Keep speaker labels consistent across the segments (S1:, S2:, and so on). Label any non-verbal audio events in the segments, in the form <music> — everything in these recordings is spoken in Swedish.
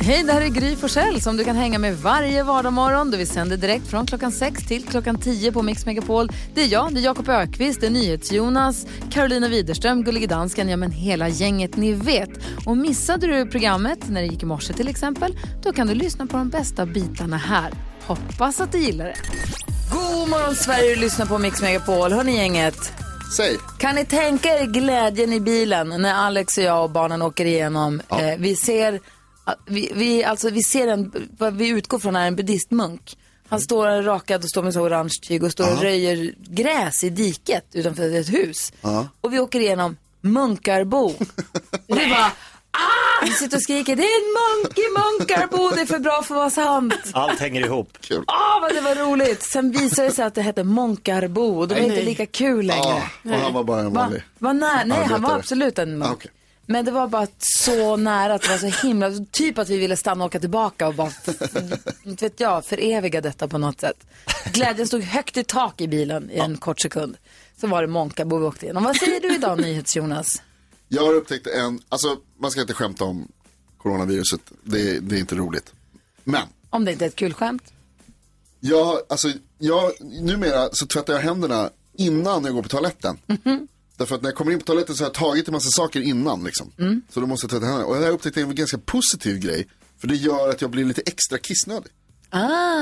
S1: Hej, det här är Gry Forssell som du kan hänga med varje vardagsmorgon. Vi sänder direkt från klockan 6 till klockan 10 på Mix Megapol. Det är jag, det är Jakob Ökvist, det är NyhetsJonas, Carolina Widerström, Gullige Dansken, ja men hela gänget ni vet. Och missade du programmet när det gick i morse till exempel, då kan du lyssna på de bästa bitarna här. Hoppas att du gillar det. God morgon Sverige, du lyssnar på Mix Megapol. Hörni gänget.
S2: Säg.
S1: Kan ni tänka er glädjen i bilen när Alex och jag och barnen åker igenom? Eh, vi ser, ah, vi, vi, alltså, vi ser en, vad vi utgår från är en buddhistmunk. Han står rakad och står med så orange tyg och står och röjer gräs i diket utanför ett hus.
S2: Ja.
S1: Och vi åker igenom Munkarbo. Och vi bara, ah! Vi sitter och skriker, det är en munk i Munkarbo, det är för bra för att vara sant.
S3: Allt hänger ihop.
S2: Kul.
S1: Ah, vad det var roligt. Sen visade det sig att det hette Månkarbo och det var inte lika kul längre.
S2: Ja, och han var bara en
S1: Va-
S2: vanlig.
S1: va- nej, nej han
S2: arbetare.
S1: var absolut en munk.
S2: Ah, okej.
S1: Men det var bara så nära att det var så himla, typ att vi ville stanna och åka tillbaka
S2: <laughs>
S1: och bara, inte vet jag, föreviga detta på något sätt. Glädjen stod högt i tak i bilen i en kort sekund. Så var det Månkarbo vi åkte igenom. Vad säger du
S2: <laughs>
S1: idag, NyhetsJonas?
S2: Jag har upptäckt en, alltså man ska inte skämta om coronaviruset. Det, det är inte roligt. Men,
S1: Om det inte är ett kul skämt.
S2: jag, alltså, jag, numera så tvättar jag händerna innan jag går på toaletten.
S1: Mhm.
S2: Därför att när jag kommer in på toaletten så har jag tagit en massa saker innan liksom.
S1: Mm.
S2: Så då måste jag tvätta händerna. Och det här upptäckte jag är en ganska positiv grej. För det gör att jag blir lite extra kissnödig.
S1: Ah,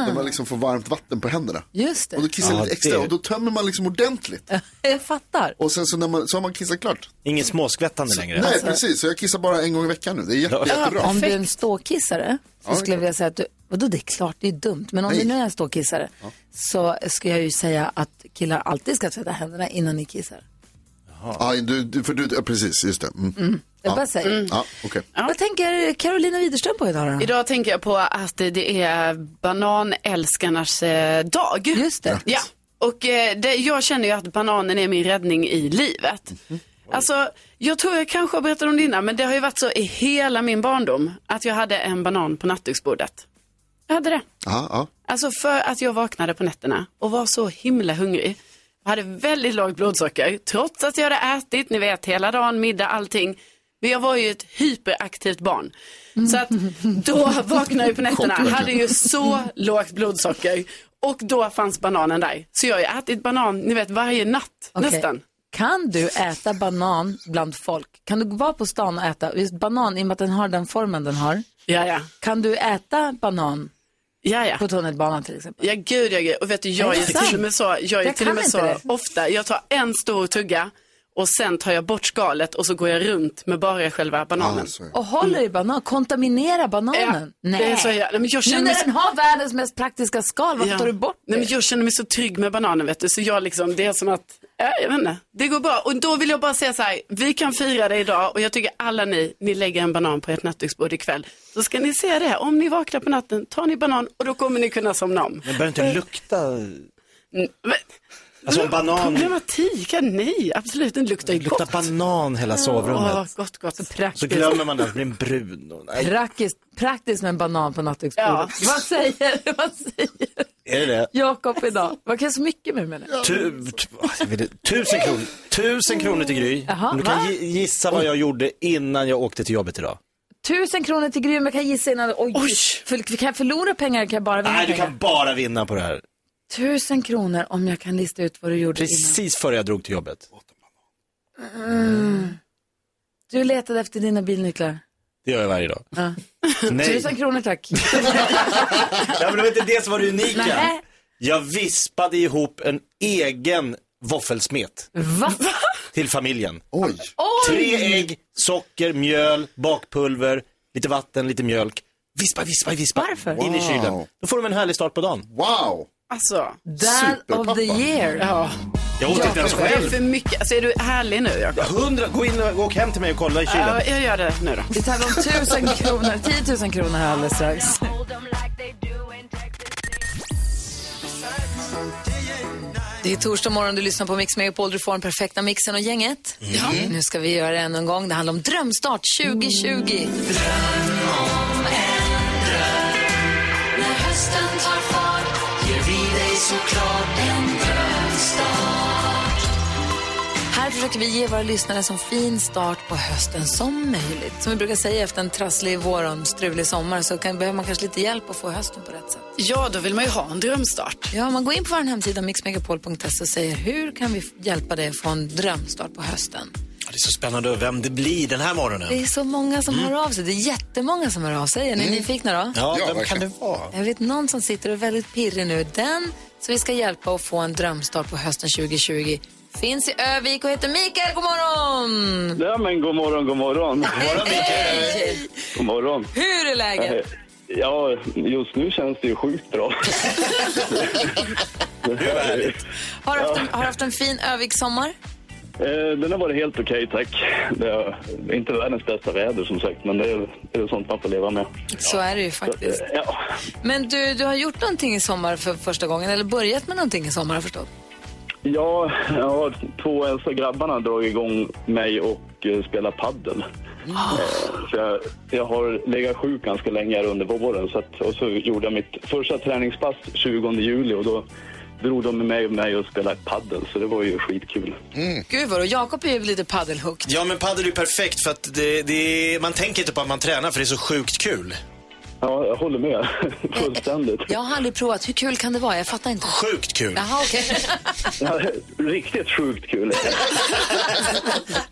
S2: När man liksom får varmt vatten på händerna.
S1: just
S2: Och då
S1: det.
S2: kissar jag
S3: Ja,
S2: lite extra
S3: det-
S2: och då tömmer man liksom ordentligt.
S1: <laughs> Jag fattar.
S2: Och sen så, när man, så har man kissat klart.
S3: Inget småskvättande längre.
S2: Nej,
S1: Alltså-
S2: precis. Så jag kissar bara en gång i veckan nu. Det är jätte,
S3: Ja.
S2: jättebra.
S1: Om du är en ståkissare så
S2: Ja, det är
S1: skulle jag vilja säga att du, vadå det är klart, det är dumt, men om
S2: Nej.
S1: du nu är en ståkissare så ska jag ju säga att killar alltid ska tvätta händerna innan ni kissar.
S2: Ja, du, du, för du, ja, precis, just det. Mm.
S1: Jag bara säger.
S2: Ja, okej.
S1: Vad tänker Carolina Widerström på idag då?
S4: Idag tänker jag på att det är bananälskarnas eh, dag.
S1: Just det.
S4: Ja, och eh, det, jag känner ju att bananen är min räddning i livet. Alltså, jag tror jag kanske har berättat om det innan, men det har ju varit så i hela min barndom att jag hade en banan på nattduksbordet. Jag hade det.
S2: Ja, ja.
S4: Alltså för att jag vaknade på nätterna och var så himla hungrig. Jag hade väldigt lågt blodsocker, trots att jag hade ätit, ni vet, hela dagen, middag, allting. Men jag var ju ett hyperaktivt barn. Så att då vaknade jag på nätterna,
S2: Chock, verkligen.
S4: hade ju så lågt blodsocker. Och då fanns bananen där. Så jag har ju ätit banan, ni vet, varje natt
S1: Okej.
S4: nästan.
S1: Kan du äta banan bland folk? Kan du vara på stan och äta, just banan i och med att den har den formen den har,
S4: Ja, ja.
S1: kan du äta banan
S4: Ja, ja.
S1: på tunnelbanan till exempel?
S4: Ja, gud ja, gud. Och vet du,
S1: Är
S4: jag
S1: det
S4: är
S1: sant?
S4: till och med så, jag är
S1: Jag
S4: till och
S1: kan
S4: med
S1: inte
S4: så
S1: det.
S4: ofta, jag tar en stor tugga och sen tar jag bort skalet och så går jag runt med bara själva bananen.
S2: Ja, så är det.
S1: Och håller i banan, kontaminera bananen?
S4: Ja, det är så jag- Nej, men jag känner
S1: nu när
S4: mig så-
S1: den har världens mest praktiska skal, varför
S4: Ja.
S1: tar du bort det?
S4: Nej, men jag känner mig så trygg med bananen, vet du. Så jag liksom, det är som att, ja, jag vet inte, det går bra. Och då vill jag bara säga så här, vi kan fira det idag och jag tycker alla ni, ni lägger en banan på ert nattduksbord ikväll. Så ska ni se det, om ni vaknar på natten, tar ni banan och då kommer ni kunna somna om.
S3: Men börjar inte lukta...
S4: Mm, men-
S3: Alltså en banan,
S4: Problematiken, nej, absolut, den luktar ju
S3: lukta
S4: gott.
S3: banan hela
S4: Åh,
S3: sovrummet.
S4: gott, gott.
S3: Så glömmer man det, så blir den brun. Och- Nej,
S1: Praktiskt, praktiskt med en banan på nattduksbordet. Vad säger, vad säger
S3: är det det?
S1: Jakob idag? Vad kan jag så mycket med menar jag?
S3: Tu, tu, åh, jag vill- tusen kronor, tusen kronor till Gry.
S1: Jaha,
S3: Om du
S1: va?
S3: kan gi- gissa vad jag gjorde innan jag åkte till jobbet idag.
S1: Tusen kronor till Grym, jag kan gissa innan. Oj,
S4: Oj.
S1: För, kan jag förlora pengar kan jag bara vinna
S3: Nej, du
S1: pengar.
S3: kan bara vinna på det här.
S1: Tusen kronor om jag kan lista ut vad du gjorde innan.
S3: Precis före jag drog till jobbet.
S1: Mm. Du letade efter dina bilnycklar.
S3: Det gör jag varje dag.
S1: Ja.
S3: Nej,
S1: Tusen kronor tack.
S3: ja, men det var inte det som var det unika.
S1: Nej.
S3: Jag vispade ihop en egen våffelsmet
S1: Va?
S3: till familjen.
S2: Oj,
S3: Tre ägg, socker, mjöl, bakpulver, lite vatten, lite mjölk. Vispa, vispa, vispa.
S1: Varför?
S3: In i kylen.
S2: Wow.
S3: Då får de en härlig start på dagen.
S2: wow.
S4: Alltså,
S1: Dad of
S2: Superpappa.
S1: the year.
S4: ja.
S3: Jag åt inte ens
S4: Det är
S3: själv.
S4: för mycket. Alltså, är du härlig nu, Jakob?
S3: Hundra, gå in och gå och hem till mig och kolla i kylen.
S4: Ja, jag gör det nu då.
S1: Vi tävlar om tusen kronor, 10 000 kronor här alldeles strax. Det är torsdag morgon, du lyssnar på Mix Megapol, du får den perfekta mixen och gänget. Ja. Nu ska vi göra det ännu en gång. Det handlar om drömstart 2020. Här försöker vi ge våra lyssnare så fin start på hösten som möjligt. Som vi brukar säga efter en trasslig vår och en strulig sommar så kan, behöver man kanske lite hjälp att få hösten på rätt sätt.
S4: Ja, då vill man ju ha en drömstart.
S1: Ja, man går in på vår hemsida mixmegapol.se och säger hur kan vi f- hjälpa dig att få en drömstart på hösten?
S3: Ja, Det är så spännande vem det blir den här morgonen.
S1: Det är så många som hör av sig. Det är jättemånga som hör av sig. Är ni nyfikna då?
S3: Mm. Ja,
S2: Ja,
S3: vem kan det
S2: verkligen.
S3: vara?
S1: Jag vet någon som sitter och är väldigt pirrig nu. Den som vi ska hjälpa att få en drömstart på hösten 2020 finns i Övik och heter Mikael. God morgon!
S5: Ja, men god morgon, god morgon.
S1: Hej!
S5: God morgon. Eh,
S1: Hur är läget?
S5: Ja, just nu känns det ju sjukt
S1: <laughs>
S5: bra.
S1: Har du haft en, har du haft en fin Övik-sommar?
S5: Eh, Den har varit helt okej, tack. Det är inte världens bästa väder som sagt, men det är, det är sånt man får leva med.
S1: Så är det ju
S5: Eh,
S1: faktiskt.
S5: Ja,
S1: Men du, du har gjort någonting i sommar för första gången, eller börjat med någonting i sommar har jag förstått.
S5: ja jag har två äldsta grabbarna dragit igång mig och eh, spelat paddel. Eh, Så jag, jag har legat sjuk ganska länge här under våren så att, och så gjorde jag mitt första träningspass 20 juli och då drog de med mig, mig och spelade paddel så det var ju skitkul.
S3: Mm.
S1: Gud vad, och Jakob är ju lite paddelhooked.
S3: Ja, men padel är ju perfekt för att det, det, man tänker inte på att man tränar för det är så sjukt kul.
S5: Ja, jag håller med. <laughs> Fullständigt.
S1: Jag har aldrig provat. Hur kul kan det vara? Jag fattar inte.
S3: Sjukt kul. Ja.
S1: Jaha, okej.
S5: Ja, Riktigt sjukt kul.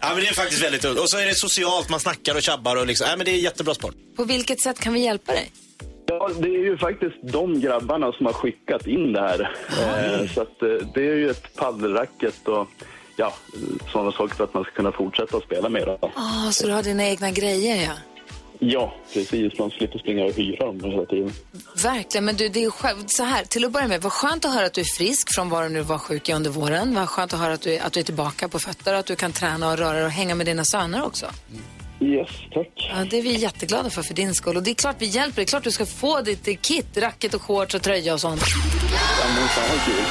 S3: men det är faktiskt väldigt roligt. Och så är det socialt, man snackar och tjabbar och liksom. Ja, men det är jättebra sport.
S1: På vilket sätt kan vi hjälpa dig?
S5: Ja, det är ju faktiskt de grabbarna som har skickat in det här. Eh, Så att eh, det är ju ett paddelracket och ja, sådana saker för att man ska kunna fortsätta att spela med dem.
S1: Ah, så du har dina egna grejer, ja.
S5: Ja, precis. Man slipper springa och hyra dem hela tiden.
S1: Verkligen, men du, det är ju själv, så här, till att börja med, vad skönt att höra att du är frisk från vad du nu var sjuk i under våren. Vad skönt att höra att du, är- att du är tillbaka på fötter och att du kan träna och röra dig och hänga med dina söner också.
S5: Yes, tack.
S1: Ja, det är vi jätteglada för, för din skull. Och det är klart vi hjälper, det är klart du ska få ditt eh, kit, racket och shorts och tröja och sånt.
S5: Ja, men fan vad kul.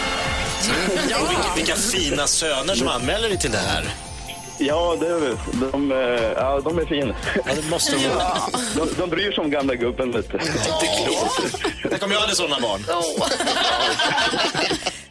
S3: Och vilka, vilka fina söner som anmäler dig till det här.
S5: Ja, det är, väl- de, eh, ja, de är fina.
S3: Ja, det måste de vara.
S5: <laughs> De, de bryr sig om gamla gubben lite.
S3: Inte klokt. Tänk om jag hade sådana barn.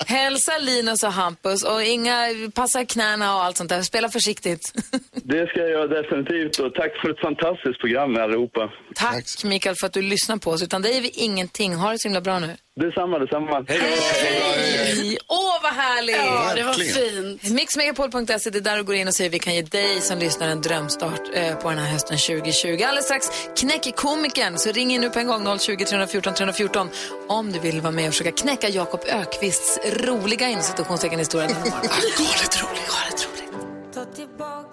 S1: Hälsa Linus och Hampus och inga, passa knäna och allt sånt där. Spela försiktigt.
S5: Det ska jag göra definitivt och tack för ett fantastiskt program allihopa.
S1: Tack, Mikael för att du lyssnar på oss. Utan dig är vi ingenting. Ha det så himla bra nu.
S5: Detsamma, detsamma.
S1: Hej! Åh, vad härligt!
S4: Ja, det var
S2: Verkligen.
S4: fint.
S1: Mixmegapol.se, det är där du går in och säger vi kan ge dig som lyssnar en drömstart eh, på den här hösten 2020. Alldeles strax knäcker komikern, så ring in nu på en gång 020 314 314 om du vill vara med och försöka knäcka Jakob Ökvists roliga inom citationstecken historia. den
S4: <laughs>
S1: här morgonen. Galet roligt, galet roligt.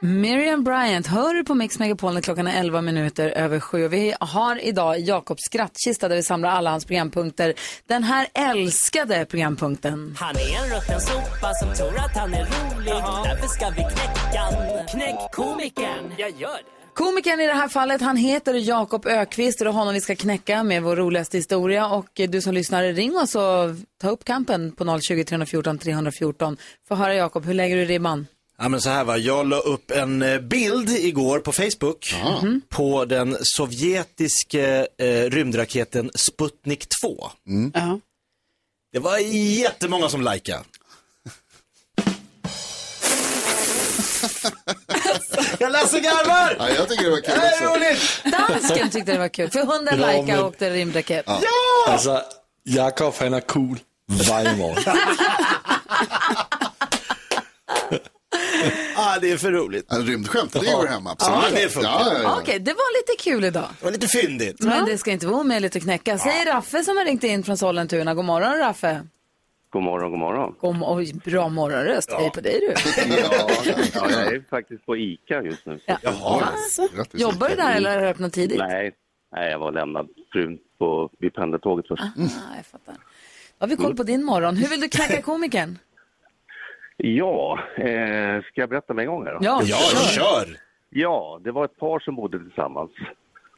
S1: Miriam Bryant hör du på Mix Megapol när klockan är 11 minuter över sju. Och Vi har idag Jakobs skrattkista där vi samlar alla hans programpunkter. Den här älskade programpunkten.
S6: Han är en rutten sopa som tror att han är rolig. Därför ska vi knäcka han. Knäck komikern. Jag gör det.
S1: Komikern i det här fallet, han heter Jakob Ökvist och det är honom vi ska knäcka med vår roligaste historia. Och eh, du som lyssnar, ring oss och ta upp kampen på 020 314 314. Få höra Jakob, hur lägger du ribban?
S3: Ja men så här va, jag la upp en eh, bild igår på Facebook Mhm. på den sovjetiske eh, rymdraketen Sputnik 2.
S4: Ja.
S3: Det var jättemånga som likade. jag läser garvar!
S2: Ja, jag tycker det var kul
S3: Det här är
S2: också.
S3: roligt!
S1: Dansken tyckte det var kul, för hunden
S7: Ja,
S1: likade
S7: men-
S1: och åkte rymdraket.
S3: Alltså,
S7: Altså, Jakob han er cool hver morgen.
S3: Ja, det är för roligt.
S2: En rymdskämt, det går hemma. Absolut.
S3: Ja, det funkar.
S2: Ja, ja, ja.
S1: Okej, det var lite kul idag.
S3: Det var lite fyndigt.
S1: Men det ska inte vara omöjligt att knäcka. Säger Raffe som har ringt in från Sollentuna. God morgon Raffe.
S5: God morgon, god morgon.
S1: God, mo- oj, bra morgonröst. Hej på dig du.
S2: Ja, ja,
S5: Ja, jag
S2: ja.
S5: är faktiskt på ICA just nu.
S1: Ja. Alltså,
S2: Grattis.
S1: jobbar du där eller har du öppnat tidigt?
S5: Nej, nej, jag var lämnad frun på, vid pendeltåget först.
S1: Ah, jag fattar. Då har vi koll på din morgon. Hur vill du knäcka komikern?
S5: Ja, eh, ska jag berätta med en gång? Här då?
S1: Ja,
S3: Ja, kör!
S5: ja, det var ett par som bodde tillsammans.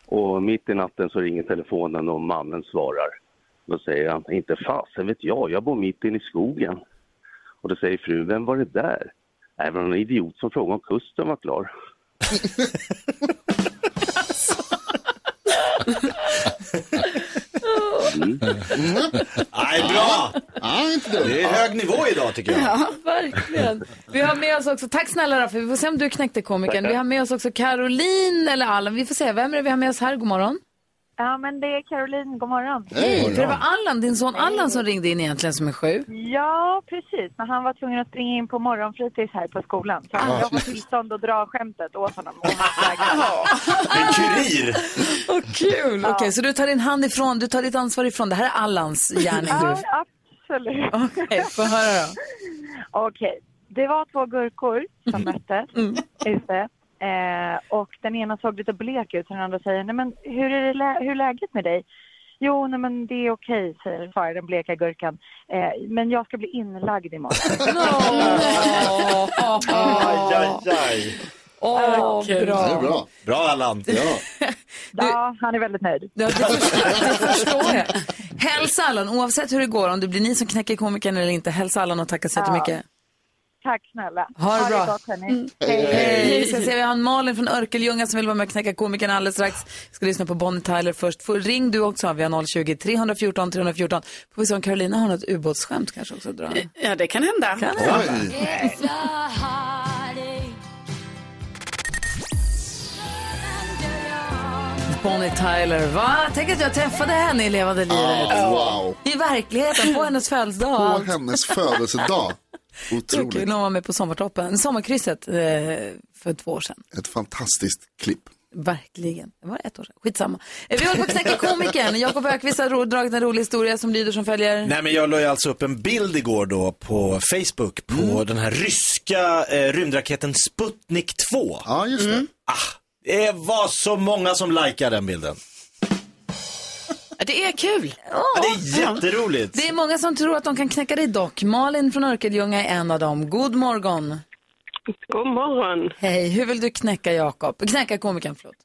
S5: Och mitt i natten så ringer telefonen och mannen svarar. Då säger han, inte fasen vet jag, jag bor mitt inne i skogen. Och då säger frun, vem var det där? Nej, det var någon idiot som frågade om kusten var
S1: <laughs>
S5: klar. Mm.
S3: Mm. Nej, bra!
S2: Ja, inte
S3: Det
S2: dumt.
S3: är hög nivå idag tycker jag.
S1: Ja, verkligen. Vi har med oss också, tack snälla Raffe, vi får se om du knäckte komikern. Vi har med oss också Caroline eller Allan, vi får se, vem är det vi har med oss här? God morgon.
S8: Ja, men det är Caroline. God morgon.
S2: Hej.
S1: För det var Allan, din son Allan som ringde in egentligen som är sju.
S8: Ja, precis. Men han var tvungen att springa in på morgonfritids här på skolan.
S9: Ah,
S8: Så jag får tillstånd att dra skämtet åt honom. Och
S9: <laughs>
S8: han vägrade.
S3: En kurir.
S1: Vad kul! Okej, så du tar din hand ifrån, du tar ditt ansvar ifrån. Det här är Allans gärning du.
S8: ja, absolut.
S1: Okej, få höra då.
S8: Okej. Det var två gurkor som möttes ute. Eh, och den ena såg lite blek ut och den andra säger, nej men hur är, det lä- hur är läget med dig? Jo, nej men det är okej, säger svarar den bleka gurkan. Eh, men jag ska bli inlagd imorgon.
S1: <laughs>
S3: Aj, aj, aj.
S1: Åh,
S2: Det är
S1: bra.
S2: bra.
S3: Bra Allan.
S2: Ja.
S8: ja, han är väldigt nöjd.
S1: Ja, det, förstår, det förstår jag. Hälsa Allan, oavsett hur det går, om det blir ni som knäcker komikern eller inte, hälsa Allan och tacka så jättemycket.
S8: Tack snälla.
S1: Ha det bra. Mm.
S8: gott, hörni.
S1: Hej! Vi ska se, vi har en Malin från Örkelljunga som vill vara med och knäcka komikern alldeles strax. Vi ska lyssna på Bonnie Tyler först. Får, ring du också, vi har 020-314 314. Får vi se om Carolina har något ubåtsskämt kanske också att dra.
S4: Ja, det kan hända.
S1: Kan det?
S2: Oj.
S1: Bonnie Tyler, va? Tänk att jag träffade henne i levande livet.
S2: Ah, wow.
S1: I verkligheten, på hennes födelsedag.
S2: På
S1: Allt.
S2: hennes
S4: <laughs>
S2: födelsedag.
S1: Kul,
S2: Otroligt.
S1: hon var med på Sommartoppen, Sommarkrysset, eh, för två år sedan.
S2: Ett fantastiskt klipp.
S1: Verkligen. Det var ett år sedan. Skitsamma. Eh, Vi håller på att knäcka komikern. Jakob Ökvist har ro- dragit en rolig historia som lyder som följer.
S3: Nej men jag la ju alltså upp en bild igår då på Facebook på den här ryska eh, rymdraketen Sputnik 2.
S2: Ja, just det.
S3: Det var så många som likade den bilden.
S4: Ja, Det är kul.
S3: Ja, det är jätteroligt.
S1: Det är många som tror att de kan knäcka dig dock. Malin från Örkelljunga är en av dem. God morgon.
S9: God morgon.
S1: Hej, hur vill du knäcka Jakob? Knäcka komikern, förlåt.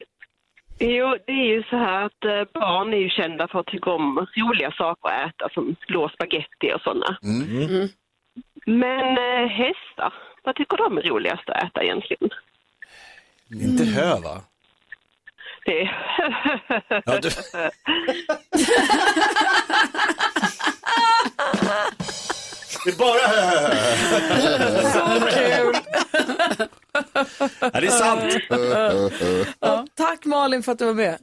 S9: Jo, det är ju så här att eh, barn är ju kända för att tycka om roliga saker att äta som blå spaghetti och sådana.
S3: Mm.
S4: Mm.
S9: Men eh, hästar, vad tycker de är roligast att äta egentligen?
S3: Inte hö va?
S9: Det <laughs> är
S3: <laughs> Ja, du... Det är bara hö, hö, hö. <laughs> Ja, det är sant.
S1: Tack Malin för att du var med.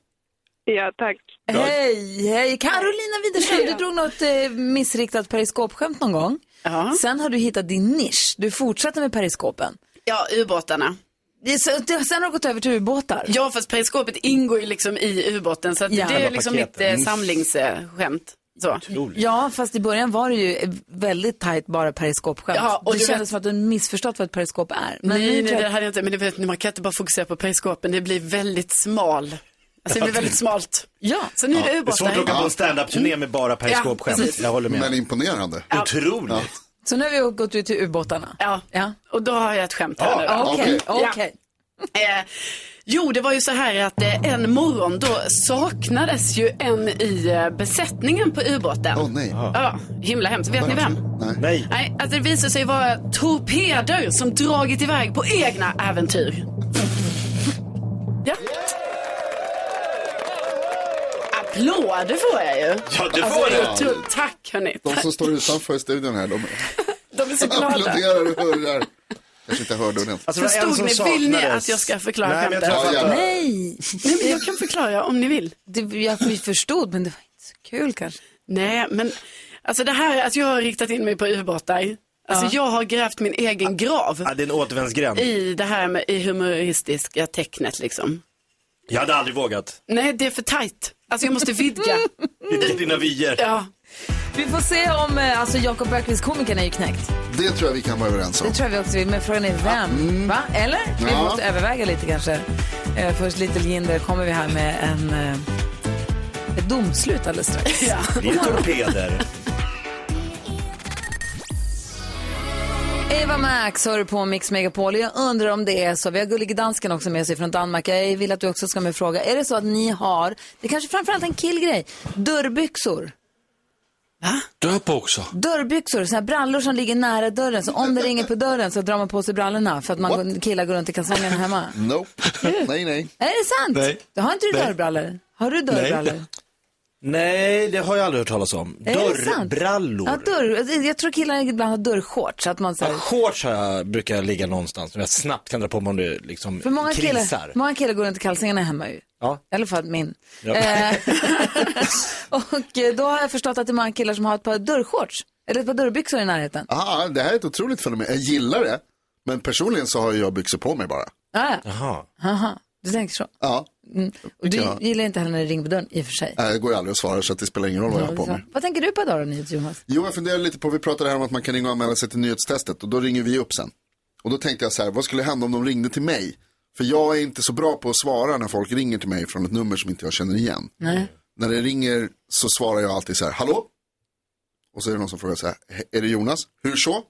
S9: ja, tack.
S1: Hej, hej. Carolina Widerström, du drog något eh, missriktat periskopskämt någon gång.
S4: Ja,
S1: Sen har du hittat din nisch. Du fortsätter med periskopen.
S4: ja ubåtarna.
S1: Det är så- det- Sen har du gått över till ubåtar.
S4: Ja, fast periskopet ingår ju liksom i ubåten så att
S1: Ja.
S4: det är
S1: Själva
S4: ju liksom
S3: paketen.
S4: mitt eh,
S1: Mm.
S4: samlingsskämt. Så.
S1: Ja, fast i början var det ju väldigt tajt bara periskopskämt.
S4: Ja, och
S1: det
S4: du
S1: kändes
S4: vet-
S1: som att du missförstått vad ett periskop är. Men nu
S4: Nej,
S1: tror
S4: nej,
S1: jag-
S4: det hade jag inte. Men du vet, man kan inte bara fokusera på periskopen. Det blir väldigt smal. Alltså det blir väldigt smalt.
S1: Ja.
S4: Så nu är det
S3: Det är svårt att åka
S4: ubåtar.
S3: på en standup-turné med bara
S4: Ja,
S3: periskopskämt.
S4: precis.
S3: Jag håller
S2: Men
S3: med.
S2: imponerande.
S3: Otroligt.
S1: Så nu har vi gått ut till ubåtarna.
S4: Ja.
S1: Ja.
S4: och då har jag ett skämt här nu.
S3: Ja.
S1: Okej,
S4: Okej.
S1: okej.
S4: Eh, jo, det var ju så här att eh, en morgon då saknades ju en i eh, besättningen på ubåten.
S2: Åh nej.
S4: Ja, himla hemskt. Vet ni vem?
S2: Nej.
S3: Nej.
S4: Nej, alltså det visade sig vara torpeder som dragit iväg på egna äventyr. Ja. Applåder får jag ju.
S3: Ja, det
S4: Alltså,
S3: var
S4: det är
S3: det.
S4: otroligt. Tack hörni.
S2: De som står utanför studion här, de
S4: De är så glada.
S2: applåderar och hurrar. Kanske inte hörde ordentligt.
S3: Alltså, det var en
S4: Förstod
S3: som
S4: ni? Vill ni
S3: saknades.
S4: att jag ska förklara
S3: Nej, men jag
S4: skämtet?
S3: tror jag
S2: Ja,
S3: fattar.
S2: gärna.
S1: Nej,
S4: Nej, men jag kan förklara om ni vill.
S1: det, jag, vi förstod men det var inte så kul kanske.
S4: Nej, men alltså det här att jag har riktat in mig på ubåtar. Alltså jag har grävt min egen grav
S3: Ja, det är en återvändsgränd.
S4: i det här med i humoristiska tecknet liksom.
S3: Jag hade aldrig vågat.
S4: Nej, det är för tajt. Alltså jag måste
S1: <laughs>
S4: vidga.
S3: Vilka dina vyer.
S4: Ja.
S1: Vi får se om, eh, alltså Jakob Bergqvist, komikern är ju knäckt.
S2: Det tror jag vi kan vara överens om.
S1: Det tror jag vi också vill, men frågan är
S3: Mm.
S1: vem? Va? Eller? Vi
S2: Ja.
S1: måste överväga lite kanske. Eh, först Little Jinder kommer vi här med en, eh, ett domslut alldeles strax.
S3: Det
S1: <laughs>
S3: är torpeder.
S1: Eva Max hör du på Mix Megapol. Jag undrar om det är så. Vi har Gullige Dansken också med sig från Danmark. Jag vill att du också ska med fråga. Är det så att ni har, det kanske framförallt är en killgrej, dörrbyxor?
S10: Dörrboxer.
S1: Dörrbyxor, såna här brallor som ligger nära dörren. Så om det ringer på dörren så drar man på sig brallorna för att man går, killar går runt i kalsongerna hemma.
S2: Nope. Nej, nej.
S1: Är det sant?
S10: Nej.
S1: Har inte du
S10: Nej.
S1: dörrbrallor? Har du
S10: Nej.
S1: dörrbrallor?
S3: Nej, det har jag aldrig hört talas om.
S1: Är det sant?
S3: Dörrbrallor.
S1: Ja, dörr, jag tror killar ibland har dörrshorts. så Att man, så här,
S3: Ja, shorts har jag, brukar jag ligga någonstans som jag snabbt kan dra på mig om det liksom
S1: för många killar,
S3: krisar.
S1: många killar går runt i kalsingarna hemma ju.
S3: Ja.
S1: I alla fall min.
S3: Ja.
S1: Eh, <laughs> och eh, då har jag förstått att det är många killar som har ett par dörrshorts. Eller ett par dörrbyxor i närheten.
S2: Aha, det här är ett otroligt fenomen. Jag gillar det, men personligen så har jag byxor på mig bara.
S1: Ah, ja.
S3: Jaha.
S1: Aha, du tänker så. Mm.
S2: Ja,
S1: Och du
S2: Ja.
S1: gillar inte heller när det ringer på dörren i och för sig.
S2: äh, det går ju aldrig att svara så att det spelar ingen roll vad jag har på mig.
S1: Vad tänker du på idag då, Nyhets Jonas?
S2: Jo, jag funderar lite på, vi pratade här om att man kan ringa och anmäla sig till nyhetstestet och då ringer vi upp sen. Och då tänkte jag så här, vad skulle hända om de ringde till mig? För jag är inte så bra på att svara när folk ringer till mig från ett nummer som inte jag känner igen.
S1: Nej.
S2: När det ringer så svarar jag alltid så här, hallå? Och så är det någon som frågar så här, är det Jonas? Hur så?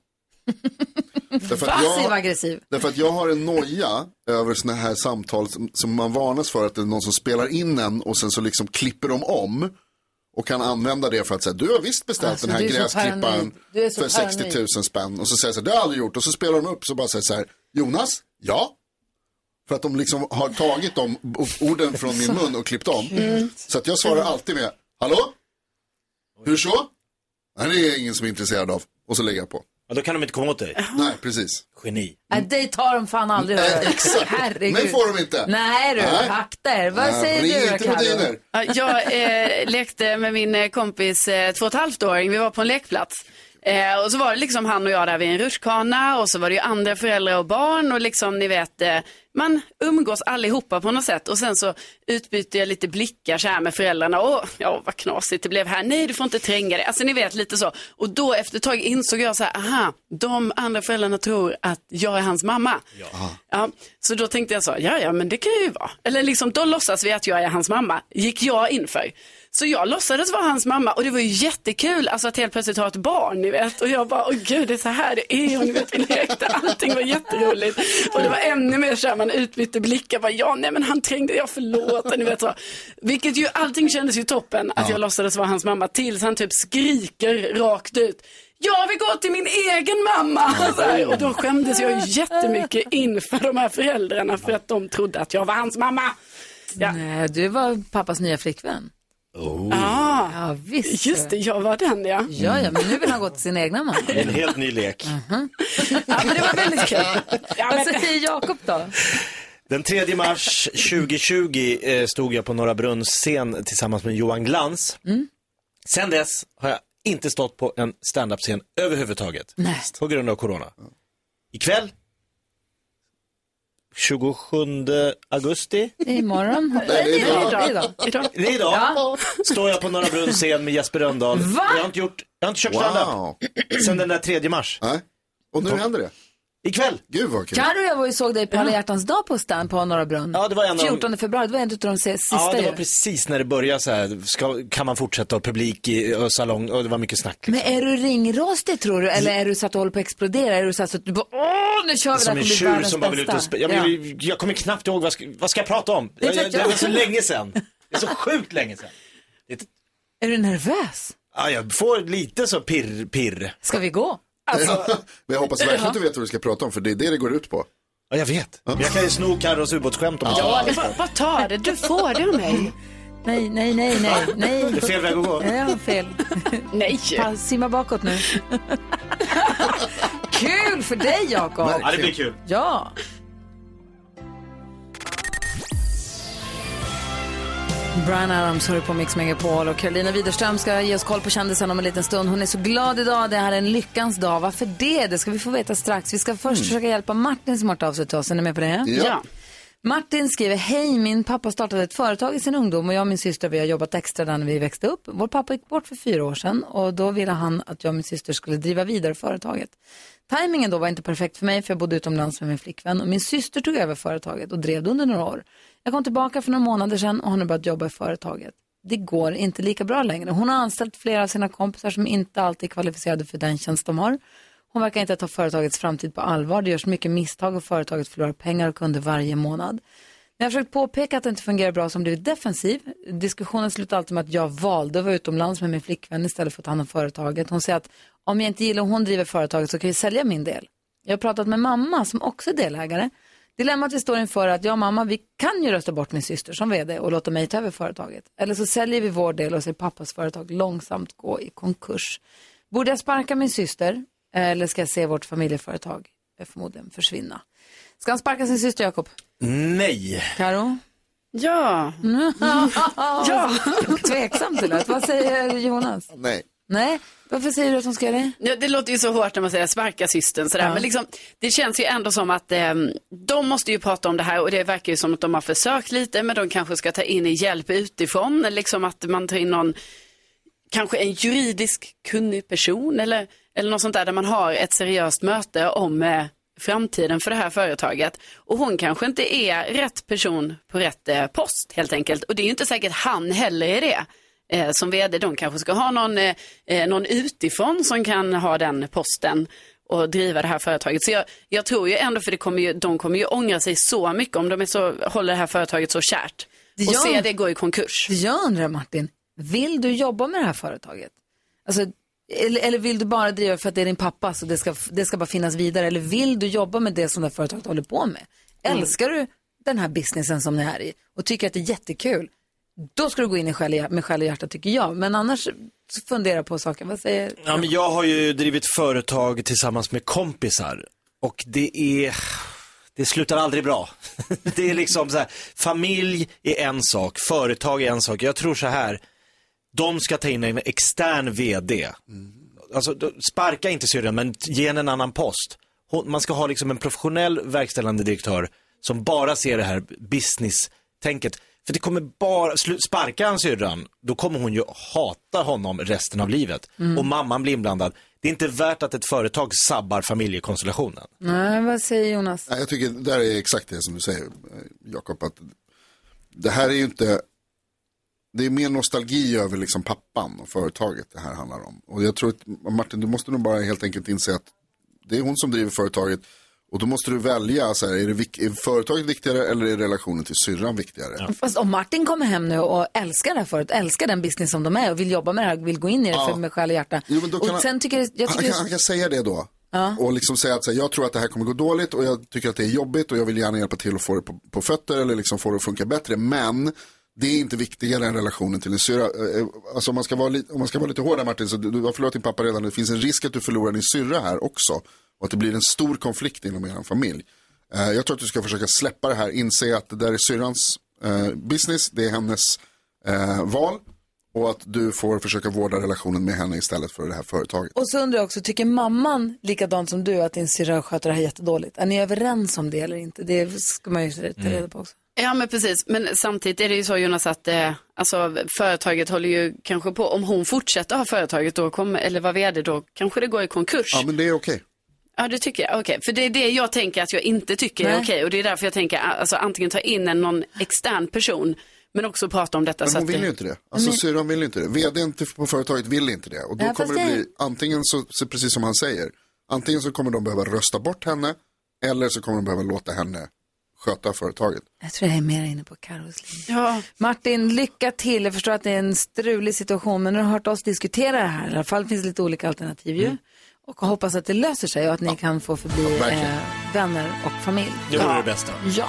S2: Därför att
S1: Passiv
S2: jag-
S1: aggressiv.
S2: Därför att jag har en noja över såna här samtal som, som man varnas för att det är någon som spelar in en och sen så liksom klipper de om och kan använda det för att säga du har visst beställt
S1: Alltså,
S2: den här
S1: du är så
S2: gräsklipparen
S1: paranoid. Du är så
S2: för 60 000 spänn och så säger jag så här, det har jag aldrig gjort och så spelar de upp så bara säger så här Jonas, ja. För att de liksom har tagit de o- orden från min mun och klippt om. Så att jag svarar alltid med, hallå? Hur så? Nej, det är ingen som är intresserad av. Och så lägger jag på.
S3: Ja, då kan de inte komma åt dig.
S2: Nej, precis.
S3: Geni.
S1: Nej, det tar de fan aldrig.
S2: Nej,
S1: hörru.
S2: Eh, exakt.
S1: Herregud.
S2: Mig får de inte.
S1: Nej du,
S2: Nej.
S1: akta er. Vad
S2: Nej,
S1: säger
S2: ring
S1: du då,
S2: inte
S1: Carro?
S2: Rodiner.
S4: Ja, Jag eh, lekte med min eh, kompis eh, två och ett halvt åring. Vi var på en lekplats. Eh, och så var det liksom han och jag där vid en rutschkana och så var det ju andra föräldrar och barn och liksom ni vet, eh, man umgås allihopa på något sätt och sen så utbyter jag lite blickar så här med föräldrarna. Åh, ja vad knasigt det blev här. Nej, du får inte tränga dig. Alltså ni vet lite så. Och då efter ett tag insåg jag så här, aha, de andra föräldrarna tror att jag är hans mamma. Ja. så då tänkte jag så, ja ja men det kan jag ju vara. Eller liksom, då låtsas vi att jag är hans mamma, gick jag inför. Så jag låtsades vara hans mamma och det var ju jättekul alltså att helt plötsligt ha ett barn, ni vet. Och jag bara, åh gud, det är så här det är. Och ni vet, vi lekte, allting var jätteroligt. Och det var ännu mer så här, man utbytte blickar, bara, ja, nej men han trängde, jag förlåt, och ni vet så. Vilket ju, allting kändes ju toppen att jag låtsades vara hans mamma tills han typ skriker rakt ut. Jag vill gå till min egen mamma! Så här, och då skämdes jag jättemycket inför de här föräldrarna för att de trodde att jag var hans mamma. Ja,
S1: Nej, du var pappas nya flickvän.
S3: Oh.
S4: ah,
S1: Ja, visst.
S4: just det, jag var den ja.
S1: Ja, ja, men nu vill han gå till sin egna mamma.
S3: En helt ny lek.
S1: Mm.
S4: Ja, men det var väldigt kul. Ja,
S1: Vad
S4: men,
S1: säger Jakob då?
S3: Den 3 mars 2020 eh, stod jag på Norra Brunns scen tillsammans med Johan Glans.
S1: Mm.
S3: Sen dess har jag inte stått på en standup-scen överhuvudtaget.
S1: Nej.
S3: På grund av corona. Ikväll, 27 augusti,
S1: Det är imorgon. Nej,
S2: det är idag.
S1: Det är idag.
S4: idag.
S3: det är idag, står jag på Norra Brunns scen med Jesper Rönndahl.
S1: Va?
S3: Jag har inte, gjort, jag har inte kört standup
S2: Wow.
S3: sen den där 3 mars.
S2: Nej. Och nu händer det.
S3: Ikväll.
S2: Gud vad kul.
S1: Carro och jag var ju såg dig på Alla hjärtans dag på Stan på Norra Brunn.
S3: Ja, det var en av de-
S1: 14 februari, det var en av de se- sista
S3: Ja, det var
S1: ju.
S3: precis när det började så här. Ska, kan man fortsätta och publik i och salong och det var mycket snack.
S1: Men är du ringrostig tror du? Eller är du så att du håller på att explodera? Är du så, att- så att du bara, åh, nu kör vi det här
S3: Som
S1: kommer
S3: en
S1: bli
S3: tjur
S1: världens
S3: som bara vill ut och
S1: bästa."
S3: spela. Jag,
S1: Ja.
S3: vill- jag kommer knappt ihåg vad ska, vad ska jag prata om.
S1: Det
S3: Det,
S1: vet
S3: jag, jag,
S1: jag.
S3: det var så länge sedan. Det är så sjukt länge sedan.
S1: Är du nervös?
S3: Ja, jag får lite så pirr, pirr.
S1: Ska vi gå?
S4: Alltså-
S2: <laughs>
S3: <laughs>
S2: Men jag hoppas verkligen att du vet vad du ska prata om, för det är det det går ut på.
S3: Ja, jag vet. Men jag kan ju sno Carros ubåtsskämt om jag
S4: Ja, det var, vad tar det? Du får det av mig.
S1: Nej, nej, nej, nej, nej.
S3: Det är fel väg att gå.
S1: Nej, Jag har fel.
S4: Nej.
S1: Pa- Simma bakåt nu. Kul för dig, Jakob.
S3: Ja, det blir kul.
S1: Ja. Brian Adams hör på Mix Megapol och Carolina Widerström ska ge oss koll på kändisen om en liten stund. Hon är så glad idag. Det här är en lyckans dag. Varför det? Det ska vi få veta strax. Vi ska
S3: Mm.
S1: först försöka hjälpa Martin som har hört av sig till oss. Är ni med på det?
S4: Ja.
S1: Martin skriver, hej min pappa startade ett företag i sin ungdom och jag och min syster vi har jobbat extra där när vi växte upp. Vår pappa gick bort för fyra år sedan och då ville han att jag och min syster skulle driva vidare företaget. Timingen då var inte perfekt för mig för jag bodde utomlands med min flickvän och min syster tog över företaget och drev det under några år. Jag kom tillbaka för några månader sedan och har nu börjat jobba i företaget. Det går inte lika bra längre. Hon har anställt flera av sina kompisar som inte alltid är kvalificerade för den tjänst de har. Hon verkar inte ta företagets framtid på allvar. Det görs mycket misstag och företaget förlorar pengar och kunder varje månad. När jag har försökt påpeka att det inte fungerar bra som blivit defensiv. Diskussionen slutar alltid med att jag valde att vara utomlands med min flickvän istället för att ta hand om företaget. Hon säger att om jag inte gillar hur hon driver företaget så kan jag sälja min del. Jag har pratat med mamma som också är delägare. Dilemmat vi står inför är att jag och mamma, vi kan ju rösta bort min syster som vd och låta mig ta över företaget. Eller så säljer vi vår del och ser pappas företag långsamt gå i konkurs. Borde jag sparka min syster eller ska jag se vårt familjeföretag eh, förmodligen försvinna? Ska han sparka sin syster Jakob?
S3: Nej.
S1: Karo? <laughs>
S4: Ja, ja.
S1: Tveksam till det. Vad säger Jonas?
S2: Nej.
S1: Nej, varför säger du att hon ska göra det?
S4: Ja, det låter ju så hårt när man säger sparka systern sådär. Men liksom, det känns ju ändå som att eh, de måste ju prata om det här och det verkar ju som att de har försökt lite men de kanske ska ta in hjälp utifrån. Liksom att man tar in någon, kanske en juridisk kunnig person eller, eller något sånt där där man har ett seriöst möte om eh, framtiden för det här företaget. Och hon kanske inte är rätt person på rätt eh, post helt enkelt. Och det är ju inte säkert han heller är det eh, som vd. De kanske ska ha någon, eh, eh, någon utifrån som kan ha den posten och driva det här företaget. Så jag, jag tror ju ändå, för det kommer ju, de kommer ju ångra sig så mycket om de är så, håller det här företaget så kärt
S1: Det
S4: och
S1: gör
S4: ser
S1: de.
S4: det gå i konkurs.
S1: Jag undrar Martin, vill du jobba med det här företaget? Alltså, eller, eller vill du bara driva för att det är din pappa så det ska, det ska bara finnas vidare? Eller vill du jobba med det som det här företaget håller på med?
S4: Mm.
S1: Älskar du den här businessen som ni är i och tycker att det är jättekul? Då ska du gå in i själ, och hjär- med själ och hjärta tycker jag. Men annars fundera på saken. Vad säger
S3: Ja, men jag har ju drivit företag tillsammans med kompisar och det är, det slutar aldrig bra. <laughs> Det är liksom så här, familj är en sak, företag är en sak. Jag tror så här, de ska ta in en extern vd. Alltså, då- sparka inte syrran, men ge henne en annan post. Hon, man ska ha liksom en professionell verkställande direktör som bara ser det här business-tänket. För det kommer bara, slu- sparkar han syrran, då kommer hon ju hata honom resten av livet. Och mamman blir inblandad. Det är inte värt att ett företag sabbar familjekonstellationen.
S1: Nej, vad säger Jonas?
S2: Nej, jag tycker det där är exakt det som du säger, eh, Jakob. Att det här är ju inte, det är mer nostalgi över liksom pappan och företaget det här handlar om. Och jag tror att Martin, du måste nog bara helt enkelt inse att det är hon som driver företaget. Och då måste du välja, så här, är, det, vik- är företaget viktigare eller är relationen till syrran viktigare?
S1: Fast om Martin kommer hem nu och älskar det här förut, älskar den business som de är och vill jobba med det här, vill gå in i det för med själ och hjärta.
S2: Jo, men då
S1: och
S2: kan han-
S1: sen tycker jag, jag
S2: Han
S1: tycker
S2: kan, <laughs> han kan säga det då. Och liksom säga att så här, jag tror att det här kommer gå dåligt och jag tycker att det är jobbigt och jag vill gärna hjälpa till att få det på, på fötter eller liksom få det att funka bättre. Men det är inte viktigare än relationen till din syrra. Eh, eh, Alltså om man ska vara, li- om man ska vara lite hård här Martin, så du, du har förlorat din pappa redan. Det finns en risk att du förlorar din syrra här också. Och att det blir en stor konflikt inom er familj. Eh, jag tror att du ska försöka släppa det här, inse att det där är syrrans eh, business, det är hennes eh, val. Och att du får försöka vårda relationen med henne istället för det här företaget.
S1: Och så undrar jag också, tycker mamman likadant som du att din syrra sköter det här jättedåligt? Är ni överens om det eller inte? Det ska man ju ta
S3: Mm.
S1: reda på också.
S4: Ja men precis, men samtidigt är det ju så Jonas att eh, alltså, företaget håller ju kanske på, om hon fortsätter ha företaget då kommer, eller vad vd då kanske det går i konkurs.
S2: Ja, men det är okej.
S4: Ja, det tycker jag. Okej, för det är det jag tänker att jag inte tycker är
S1: Nej.
S4: okej. Och det är därför jag tänker alltså, antingen ta in en, någon extern person, men också prata om detta.
S2: Men
S4: så
S2: hon
S4: att
S2: vill
S4: det...
S2: ju inte det. Alltså syrran vill inte det. Vdn till- på företaget vill inte det. Och då
S1: Ja, fast
S2: kommer det
S1: det-
S2: bli, antingen så, så, precis som han säger, antingen så kommer de behöva rösta bort henne, eller så kommer de behöva låta henne
S1: <laughs>
S2: sköta företaget.
S1: Jag tror jag är mer inne på Carros linje.
S4: Ja,
S1: Martin, lycka till. Jag förstår att det är en strulig situation, men nu har du hört oss diskutera det här. I alla fall finns det lite olika alternativ
S3: Mm.
S1: ju. Och hoppas att det löser sig och att ni kan få förbli
S2: verkligen.
S1: eh, vänner och familj.
S3: Det vore det bästa.
S1: Ja.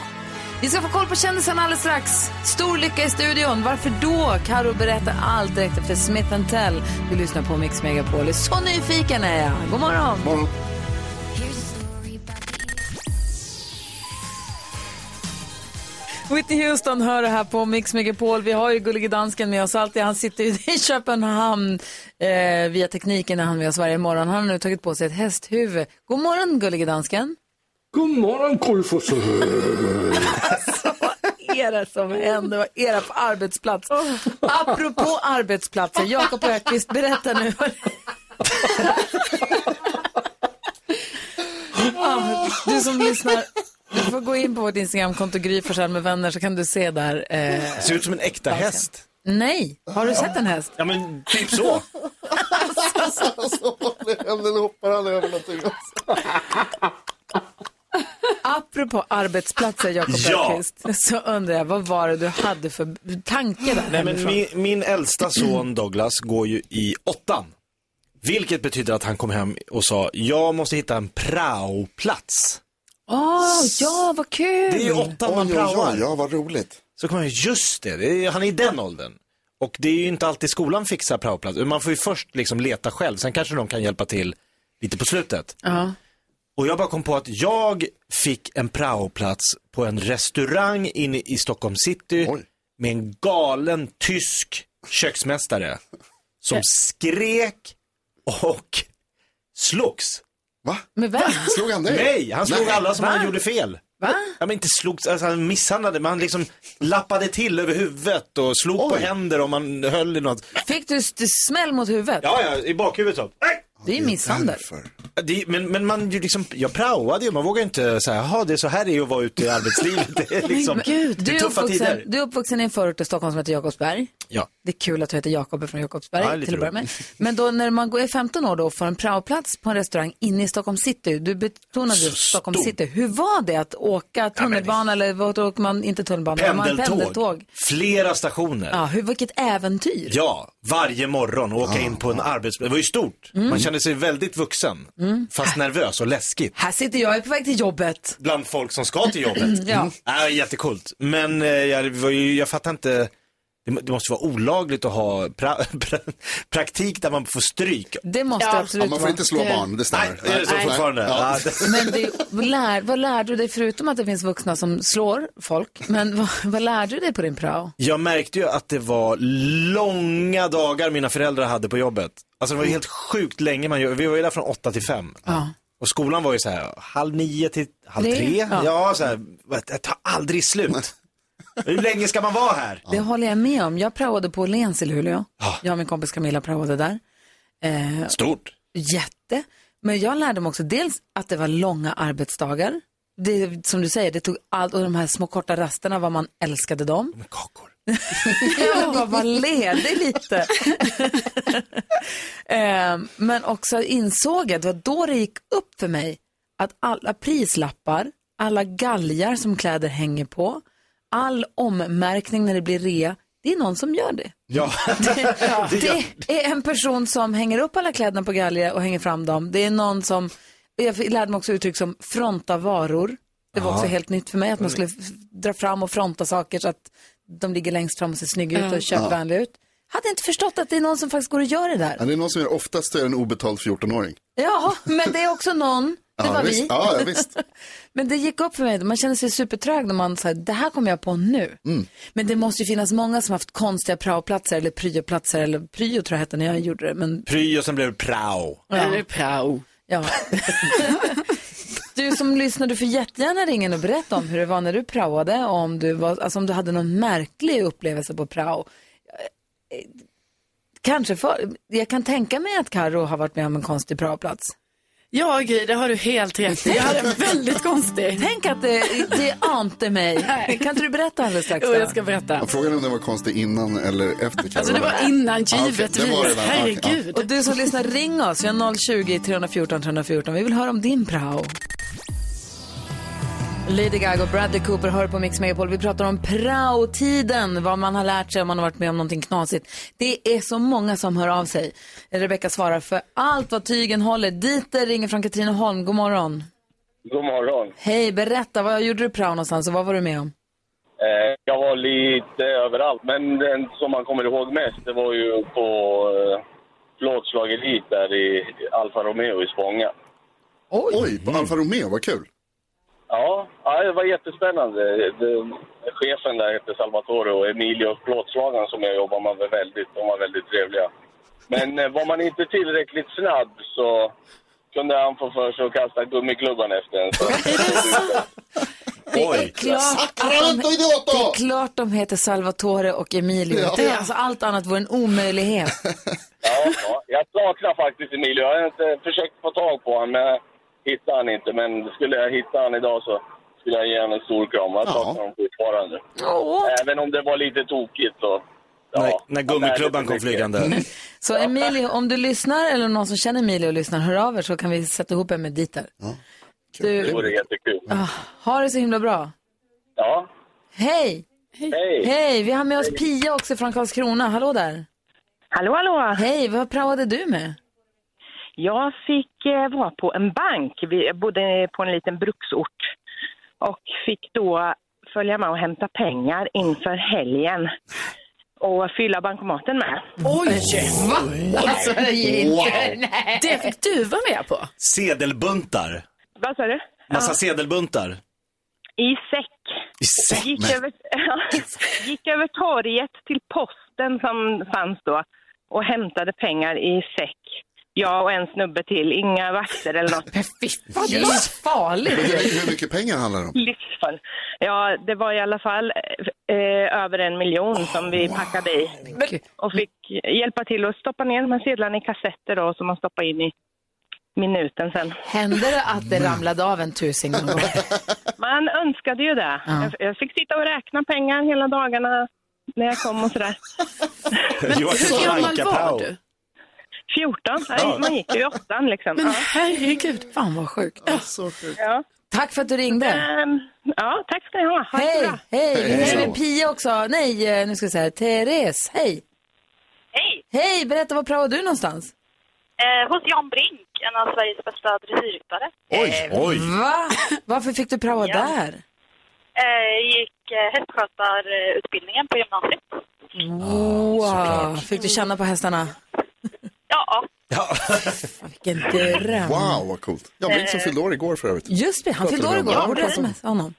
S1: Vi ska få koll på kändisarna alldeles strax. Stor lycka i studion. Varför då? Karo berättar allt direkt efter Smith Tell. Vi lyssnar på Mix Megapol. Så nyfiken är jag. God morgon.
S2: Morgon.
S1: Whitney Houston hör det här på Mix Megapol. Vi har ju gullige dansken med oss alltid. Han sitter ju <laughs> i Köpenhamn eh, via tekniken när han är med oss varje morgon. Han har nu tagit på sig ett hästhuvud. God morgon gullige dansken.
S10: God morgon, Kolfosse.
S1: Vad är det som händer? Vad är det på arbetsplats? Apropå arbetsplatser, Jakob Ökvist, berätta nu. Ja, du som lyssnar, du får gå in på vårt Instagramkonto Gry Forssell med vänner så kan du se där. Eh,
S3: Ser ut som en äkta häst.
S1: nej, har du sett en häst?
S3: Ja, men typ så.
S2: Alltså, eller hoppar han över någonting.
S1: Apropå arbetsplatser, Jakob
S3: Ja.
S1: Ökvist, så undrar jag vad var det du hade för tanke där
S3: Nej, men
S1: hemifrån?
S3: min, min äldsta son Douglas går ju i åttan. Vilket betyder att han kom hem och sa, jag måste hitta en praoplats.
S1: Åh, ja, vad kul!
S3: Det är ju åttan man
S2: Mm. Oj, oj, oj,
S3: praoar.
S2: ja vad roligt.
S3: Så kommer jag, just det, det är, han är i den åldern. Och det är ju inte alltid skolan fixar praoplats. Man får ju först liksom leta själv, sen kanske de kan hjälpa till lite på slutet.
S1: Ja.
S3: Och jag bara kom på att jag fick en praoplats på en restaurang inne i Stockholm city
S2: Oj.
S3: med en galen tysk köksmästare som skrek och slogs.
S2: Va?
S1: Med vem?
S2: <laughs> Slog han dig?
S3: Nej, han slog
S2: Nej.
S3: alla som han gjorde fel.
S1: Va?
S3: Ja, men inte slogs, alltså han misshandlade, men han liksom lappade till över huvudet och slog på händer om man höll i något.
S1: Fick du st- smäll mot huvudet?
S3: Ja, ja, i bakhuvudet så. Nej!
S1: Det är ju misshandel.
S2: Därför.
S3: Det, men, men man ju liksom, jag praoade ju, man vågar inte säga, jaha det är så här det är att vara ute i arbetslivet. <laughs> Det är liksom,
S4: Men gud,
S3: det
S1: Du
S3: är
S1: är,
S3: tuffa
S1: uppvuxen,
S3: tider.
S1: du är uppvuxen i en förort i Stockholm som heter Jakobsberg.
S3: Ja.
S1: Det är kul att du heter Jakob är från Jakobsberg
S3: Ja, lite
S1: till att börja med.
S3: roligt. <laughs>
S1: Men då när man går är 15 år då och får en praoplats på en restaurang inne i Stockholm city. Du betonade ju Stockholm
S3: stor.
S1: city. Hur var det att åka tunnelbana eller vad åker man, inte tunnelbana, men man
S3: Pendeltåg.
S1: pendeltåg.
S3: Flera stationer.
S1: Ja, hur, vilket äventyr.
S3: Ja, varje morgon och åka in på en arbetsplats. Det var ju stort.
S1: Mm.
S3: Man kände sig väldigt vuxen, fast nervös och läskigt.
S1: Här Mm. sitter jag, jag är på väg till jobbet.
S3: Bland folk som ska till
S1: <clears throat>
S3: jobbet.
S1: Ja.
S3: Mm. Ja, jättekult. Men eh, jag, var ju, jag fattar inte, det, må- det måste vara olagligt att ha pra, <laughs> pra, praktik där man får stryk.
S1: Det måste
S4: Ja.
S1: absolut
S2: Ja, man får
S1: vara.
S2: inte slå barn, det
S3: Nej,
S2: stämmer.
S3: det är så
S2: Nej.
S3: fortfarande.
S2: Ja.
S3: Ja. det-
S1: Men det, vad, lär, vad lärde du dig, förutom att det finns vuxna som slår folk, men vad, vad lärde du dig på din prao?
S3: Jag märkte ju att det var långa dagar mina föräldrar hade på jobbet. Alltså det var ju helt sjukt länge man gör. Vi var ju där från åtta till fem. Och skolan var ju så här halv nio till halv
S1: Det-
S3: tre.
S1: ja.
S3: Ja, så här, det tar
S2: <laughs>
S3: aldrig slut. Hur länge ska man vara här?
S1: Det håller jag med om. Jag praoade på Åhléns i Luleå. Jag och min kompis Camilla praoade där. Eh,
S3: Stort.
S1: Jätte. Men jag lärde mig också dels att det var långa arbetsdagar. Det, som du säger, det tog allt och de här små korta rasterna vad man älskade dem.
S3: Med kakor.
S1: Jag vill bara vara ledig lite. Eh, Men också insåg jag, det var då det gick upp för mig att alla prislappar, alla galgar som kläder hänger på, all ommärkning när det blir rea, det är någon som gör det.
S3: Ja.
S1: Det är en person som hänger upp alla kläderna på galgar och hänger fram dem. Det är någon som, jag fick- lärde mig också uttryck som fronta varor. Det var också helt nytt för mig att man skulle f- dra fram och fronta saker så att de ligger längst fram och ser snygga ut och köpvänliga ut. Hade inte förstått att det är någon som faktiskt går och gör det
S2: Ja,
S1: där.
S2: det är någon som gör, oftast är det en obetald 14-åring.
S1: Ja, men det är också någon. Det
S2: ja,
S1: var
S2: visst.
S1: vi.
S2: Ja, ja, visst.
S1: <laughs> Men det gick upp för mig, man känner sig supertrög när man säger det här kommer jag på nu. Men det måste ju finnas många som haft konstiga praoplatser eller pryoplatser eller pryo tror jag hette när jag gjorde det. Men
S3: Pry och sen blev det prao.
S4: Eller prao.
S1: Ja. Du som <laughs> lyssnar, du får jättegärna ringa in och berätta om hur det var när du praoade, och om du, var, alltså om du hade någon märklig upplevelse på prao. Eh, eh, Kanske för, jag kan tänka mig att Karo har varit med om en konstig praoplats.
S4: Ja, Gry, det har du helt rätt i. Jag hade en väldigt konstig.
S1: Tänk att det, det ante
S2: <laughs>
S1: mig. Kan inte du berätta alldeles strax?
S4: Jo,
S1: då?
S4: jag ska berätta.
S2: Ja, Frågan är om den var konstig innan eller efter Karin.
S4: Alltså det var innan,
S2: okej.
S4: givetvis.
S2: Det var det, va? Ja, okej, ja.
S4: Herregud.
S1: Och du som lyssnar, ring oss. Vi har 020 314 314. Vi vill höra om din prao. Lady Gaga och Bradley Cooper hör på Mix Megapol. Vi pratar om prao-tiden, vad man har lärt sig om man har varit med om någonting knasigt. Det är så många som hör av sig. Rebecka svarar för allt vad tygen håller. Dieter ringer från Katrineholm. God morgon.
S11: God morgon.
S1: Hej, berätta. Vad gjorde du prao någonstans och vad var du med om?
S11: Eh, Jag var lite överallt, men den som man kommer ihåg mest det var ju på eh, plåtslagerit där i Alfa Romeo i Spånga.
S2: Ah, Oj, på Alfa Romeo, vad kul.
S11: Ja, ja, det var jättespännande. Den, chefen där hette Salvatore och Emilio, plåtslagaren som jag jobbar med, var väldigt, de var väldigt trevliga. Men eh, var man inte tillräckligt snabb så kunde han få för sig att kasta gummiklubban efter en. Så,
S1: Det är
S3: Oj.
S1: klart att
S2: Sacramento
S1: de,
S2: idioto!
S1: det är klart de heter Salvatore och Emilio.
S2: Ja.
S1: Det är alltså allt annat vore en <laughs> omöjlighet.
S11: ja, ja. Jag saknar faktiskt Emilio. Jag har inte försökt få tag på honom, men jag hittade han inte. Men skulle jag hitta honom idag så skulle jag ge honom en stor kram. Jag
S2: Ja.
S11: saknar honom fortfarande.
S1: Åh.
S11: Även om det var lite tokigt så...
S3: När,
S11: Ja,
S3: när
S11: jag lärde
S3: gummiklubban
S11: mig
S3: kom
S11: mycket.
S3: flygande.
S1: Så Emilio, om du lyssnar eller någon som känner Emilio och lyssnar, hör av er så kan vi sätta ihop en med Dieter.
S11: Det
S1: Du,
S11: vore jättekul.
S1: ah, ha det så himla bra.
S11: Ja,
S1: Hej!
S11: hej.
S1: Hej! Vi har med oss Pia också från Karlskrona. Hallå där!
S12: Hallå, hallå!
S1: Hej, vad praoade du med?
S12: Jag fick eh, vara på en bank. Vi jag bodde på en liten bruksort. fick då följa med och hämta pengar inför helgen och fylla bankomaten med.
S4: Oj!
S1: Va? Alltså, det är inte...
S2: Wow.
S1: Nej.
S4: Det fick du vara med på.
S3: Sedelbuntar.
S12: Vad sa du?
S3: Massa sedelbuntar.
S12: I säck.
S3: I säck.
S12: Gick över, <laughs> gick över torget till posten som fanns då och hämtade pengar i säck. Jag och en snubbe till, inga vakter eller något.
S1: Men fy fan, det är farligt.
S2: Hur, hur mycket pengar handlar det om?
S12: <laughs> Livsfarligt. Ja, det var i alla fall eh, över en miljon som vi packade i och fick hjälpa till att stoppa ner de här sedlarna i kassetter då, som man stoppar in i minuten sen.
S1: Hände det att det ramlade av en tusing någon gång?
S12: <laughs> Man önskade ju det.
S1: Ja.
S12: Jag, jag fick sitta och räkna pengar hela dagarna när jag kom och sådär.
S3: Joakim
S4: Hur
S3: von
S4: gammal var
S3: Anka-Pau.
S4: du?
S12: 14, Nej, man gick ju i åttan liksom.
S4: Men
S12: Ja.
S4: herregud.
S1: Fan vad sjukt.
S12: Ja.
S1: Tack för att du ringde.
S12: Ehm, ja, tack ska ni ha. ha det så
S1: Hej,
S12: bra.
S1: hej. Vi
S2: Hej.
S1: hänger med Pia också. Nej, eh, nu ska vi säga Therese. Hej.
S9: Hej!
S1: Hej, berätta, var praoade du någonstans?
S9: Eh, hos Jan Brink, en av Sveriges bästa dressyrryttare.
S2: Oj,
S12: Eh,
S2: oj.
S1: Va? Varför fick du praoa där?
S9: Eh, gick eh, hästskötarutbildningen på gymnasiet.
S1: Wow. Fick du känna på hästarna?
S9: Ja,
S1: Vilken dröm.
S2: Wow, vad coolt. Jag Brink som fyllde år igår för övrigt.
S1: Just det, han fyllde år
S2: Pratar vi om
S1: igår.
S2: det?
S1: Borde smsa honom.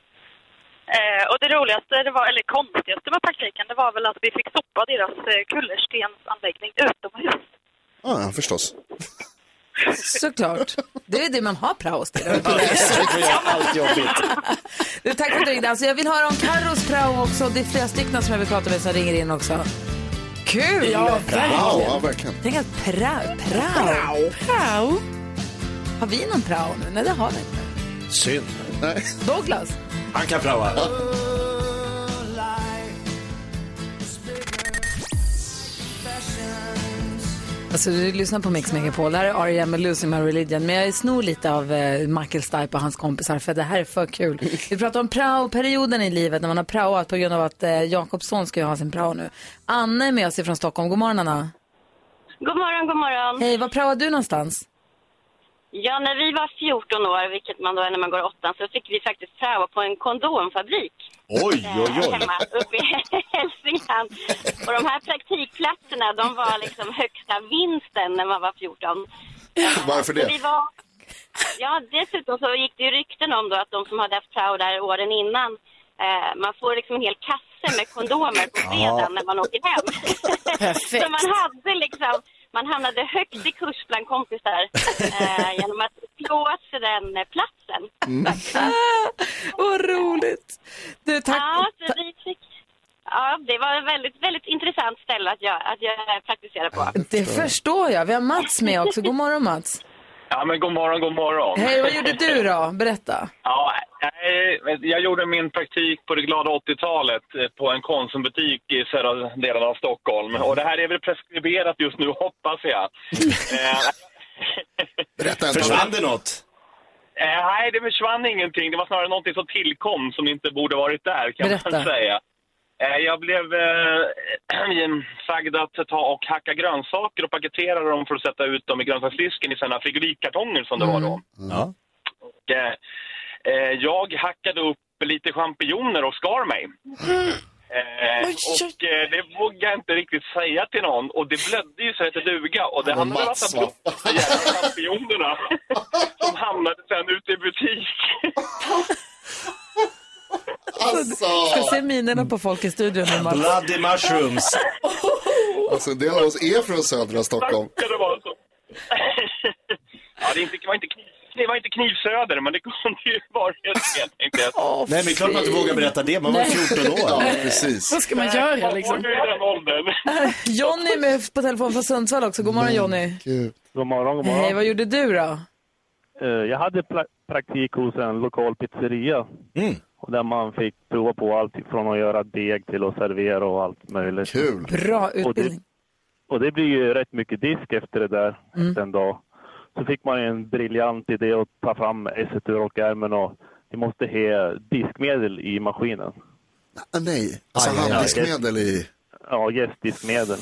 S9: Eh, och det roligaste, det var, eller konstigaste med praktiken, det var väl att vi fick sopa deras eh, kullerstensanläggning utomhus.
S2: Ja, ja, förstås.
S1: Såklart. Det är det man har praos till.
S3: Vi får göra allt jobbigt.
S1: Du, tack för att du ringde. Alltså, jag vill höra om Carros prao också. Det är flera stycken som jag vill prata med som ringer in också. Kul!
S4: Ja,
S2: Wow,
S4: verkligen.
S2: ja, verkligen.
S1: Tänk att prao, prao.
S4: Wow.
S1: Har vi någon prao nu? Nej, det har vi inte.
S3: Synd.
S2: Nej.
S1: Douglas?
S3: Han kan praoa.
S1: Alltså, du lyssnar på Mix Megapol. Det här är R.E.M. med Losing My Religion. Men jag snor lite av eh, Michael Stipe och hans kompisar för det här är för kul. Vi pratar om prao-perioden i livet när man har praoat på grund av att eh, Jakobsson ska ju ha sin prao nu. Anne är med oss ifrån Stockholm. God morgon Anna.
S9: God morgon, god morgon.
S1: Hej, var praoade du någonstans?
S9: Ja, när vi var 14 år, vilket man då är när man går i åttan, så fick vi faktiskt pröva på en kondomfabrik
S3: Oj,
S9: eh,
S3: oj, oj.
S9: hemma uppe i Hälsingland. Och de här praktikplatserna, de var liksom högsta vinsten när man var 14.
S2: Varför
S9: Vi
S2: det?
S9: var... Ja, dessutom så gick det ju rykten om då att de som hade haft prao där åren innan, eh, man får liksom en hel kasse med kondomer på fredagen när man åker hem.
S4: Perfekt.
S9: så man hade liksom, man hamnade högt i kurs bland kompisar eh, genom att slå sig den eh, platsen.
S1: Vad roligt! Du, tack.
S9: Ja, så vi fick... Ja, det var ett väldigt, väldigt intressant ställe att jag, att jag praktiserade på.
S1: Det förstår jag. Vi har Mats med också. God morgon Mats.
S11: Ja, men god morgon, god morgon.
S1: Hej, vad gjorde du då? Berätta. <laughs>
S11: Ja, nej, men jag gjorde min praktik på det glada 80-talet eh, på en Konsumbutik i södra delen av Stockholm. Och det här är väl preskriberat just nu, <laughs> hoppas jag. eh, <laughs>
S2: Berätta en
S3: Försvann det något?
S11: eh, nej, det försvann ingenting. Det var snarare någonting som tillkom som inte borde varit där, kan
S1: Berätta.
S11: man säga. Eh, jag blev eh, <clears throat> sagd att ta och hacka grönsaker och paketera dem för att sätta ut dem i grönsaksdisken i sådana frigolitkartonger som det
S5: Mm.
S11: var då.
S3: Ja.
S11: Och, eh, eh, jag hackade upp lite champinjoner och skar mig. Eh, och eh, det vågade jag inte riktigt säga till någon och det blödde ju så att det duga och det
S2: Men
S11: hamnade en
S2: Mats,
S11: massa blod på de jävla champinjonerna <laughs> som hamnade sen ute i butik.
S2: Alltså!
S1: Jag ser minerna på folk i studion nu Mats.
S3: Bloody mushrooms.
S2: alltså, en del av oss är från södra Stockholm.
S11: Kan det vara så? <laughs> ja, det, är inte, det, var inte kniv, det var inte knivsöder men det kunde ju varit fel tänkte
S2: <laughs>
S11: jag.
S3: Nej, men det är klart man inte vågar berätta det. Man var 14
S2: Ja,
S3: år.
S2: precis.
S4: Vad ska man göra
S11: Vad
S4: liksom?
S11: var du i den åldern?
S1: Jonny är med på telefon från Sundsvall också. God morgon Jonny.
S2: Gud.
S11: God morgon, god
S1: Hej, vad gjorde du då?
S11: Eh, Jag hade pla- praktik hos en lokal pizzeria.
S3: Mm.
S11: Och där man fick prova på allt från att göra deg till att servera och allt möjligt.
S2: Kul.
S1: Bra utbildning.
S11: Och det blir ju rätt mycket disk efter det där,
S1: Mm.
S11: efter en dag. Så fick man ju en briljant idé att ta fram esset ur rockärmen och vi måste ha diskmedel i maskinen.
S2: Ah, nej, alltså
S3: Aj, aj, aj.
S2: handdiskmedel i...
S11: Ja, gästdiskmedel.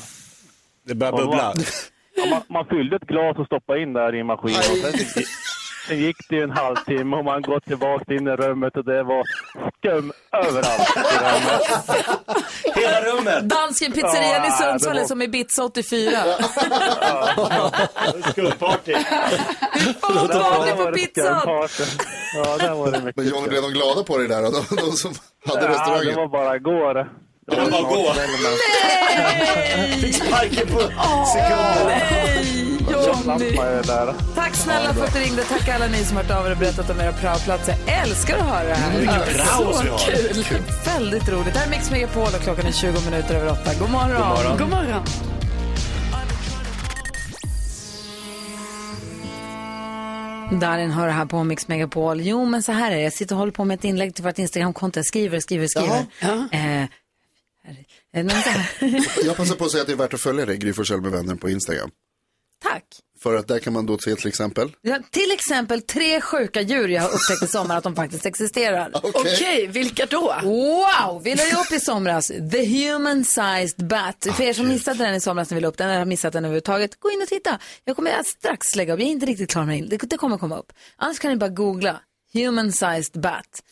S3: Det börjar bubbla.
S11: Ja, man, man fyllde ett glas och stoppade in där i maskinen. Och sen fick,
S13: Sen gick det ju en halvtimme och man går tillbaka in i rummet och det var skum överallt i rummet.
S3: Hela rummet?
S1: Dansken pizzerian i
S13: Ja,
S1: Sundsvall
S13: det
S1: är
S13: var-
S1: som i Ibiza 84.
S13: Skumparty.
S1: Vad var det på pizzan?
S13: Ja, där var det mycket
S2: Men Johnny, blev de glada på dig där? då? <laughs> De, de som hade
S13: Ja,
S2: restaurangen?
S13: det var bara går. Det
S2: var bara går.
S1: Fick
S3: sparken på
S1: sekunden. Nej, Johnny.
S13: där.
S1: Tack snälla för att du ringde. Tack alla ni som hört av er och berättat om era praoplatser. Jag älskar att höra det här.
S6: Mm, vilken
S1: Ja,
S6: prao
S1: så
S6: vi har.
S1: kul. Väldigt roligt. Det här är Mix Megapol och klockan är 20 minuter över 8. God morgon.
S6: God morgon.
S1: God morgon. Darin hör här på Mix Megapol. Jo, men så här är det. Jag sitter och håller på med ett inlägg till vårt Instagramkonto. Jag skriver, skriver, skriver. Eh, eh, men så här.
S2: Jag passar på att säga att det är värt att följa dig, Gry Forssell med vänner på Instagram.
S1: Tack.
S2: För att där kan man då se till exempel.
S1: Ja, till exempel tre sjuka djur jag har upptäckt i sommar att de faktiskt existerar.
S2: Okej.
S1: vilka då? Wow, vi la ju upp i somras The Human Sized Bat. För er som missade den i somras när vi la upp den, eller har missat den överhuvudtaget, gå in och titta. Jag kommer att strax lägga upp, jag är inte riktigt klar med det, det kommer komma upp. Annars kan ni bara googla Human Sized Bat.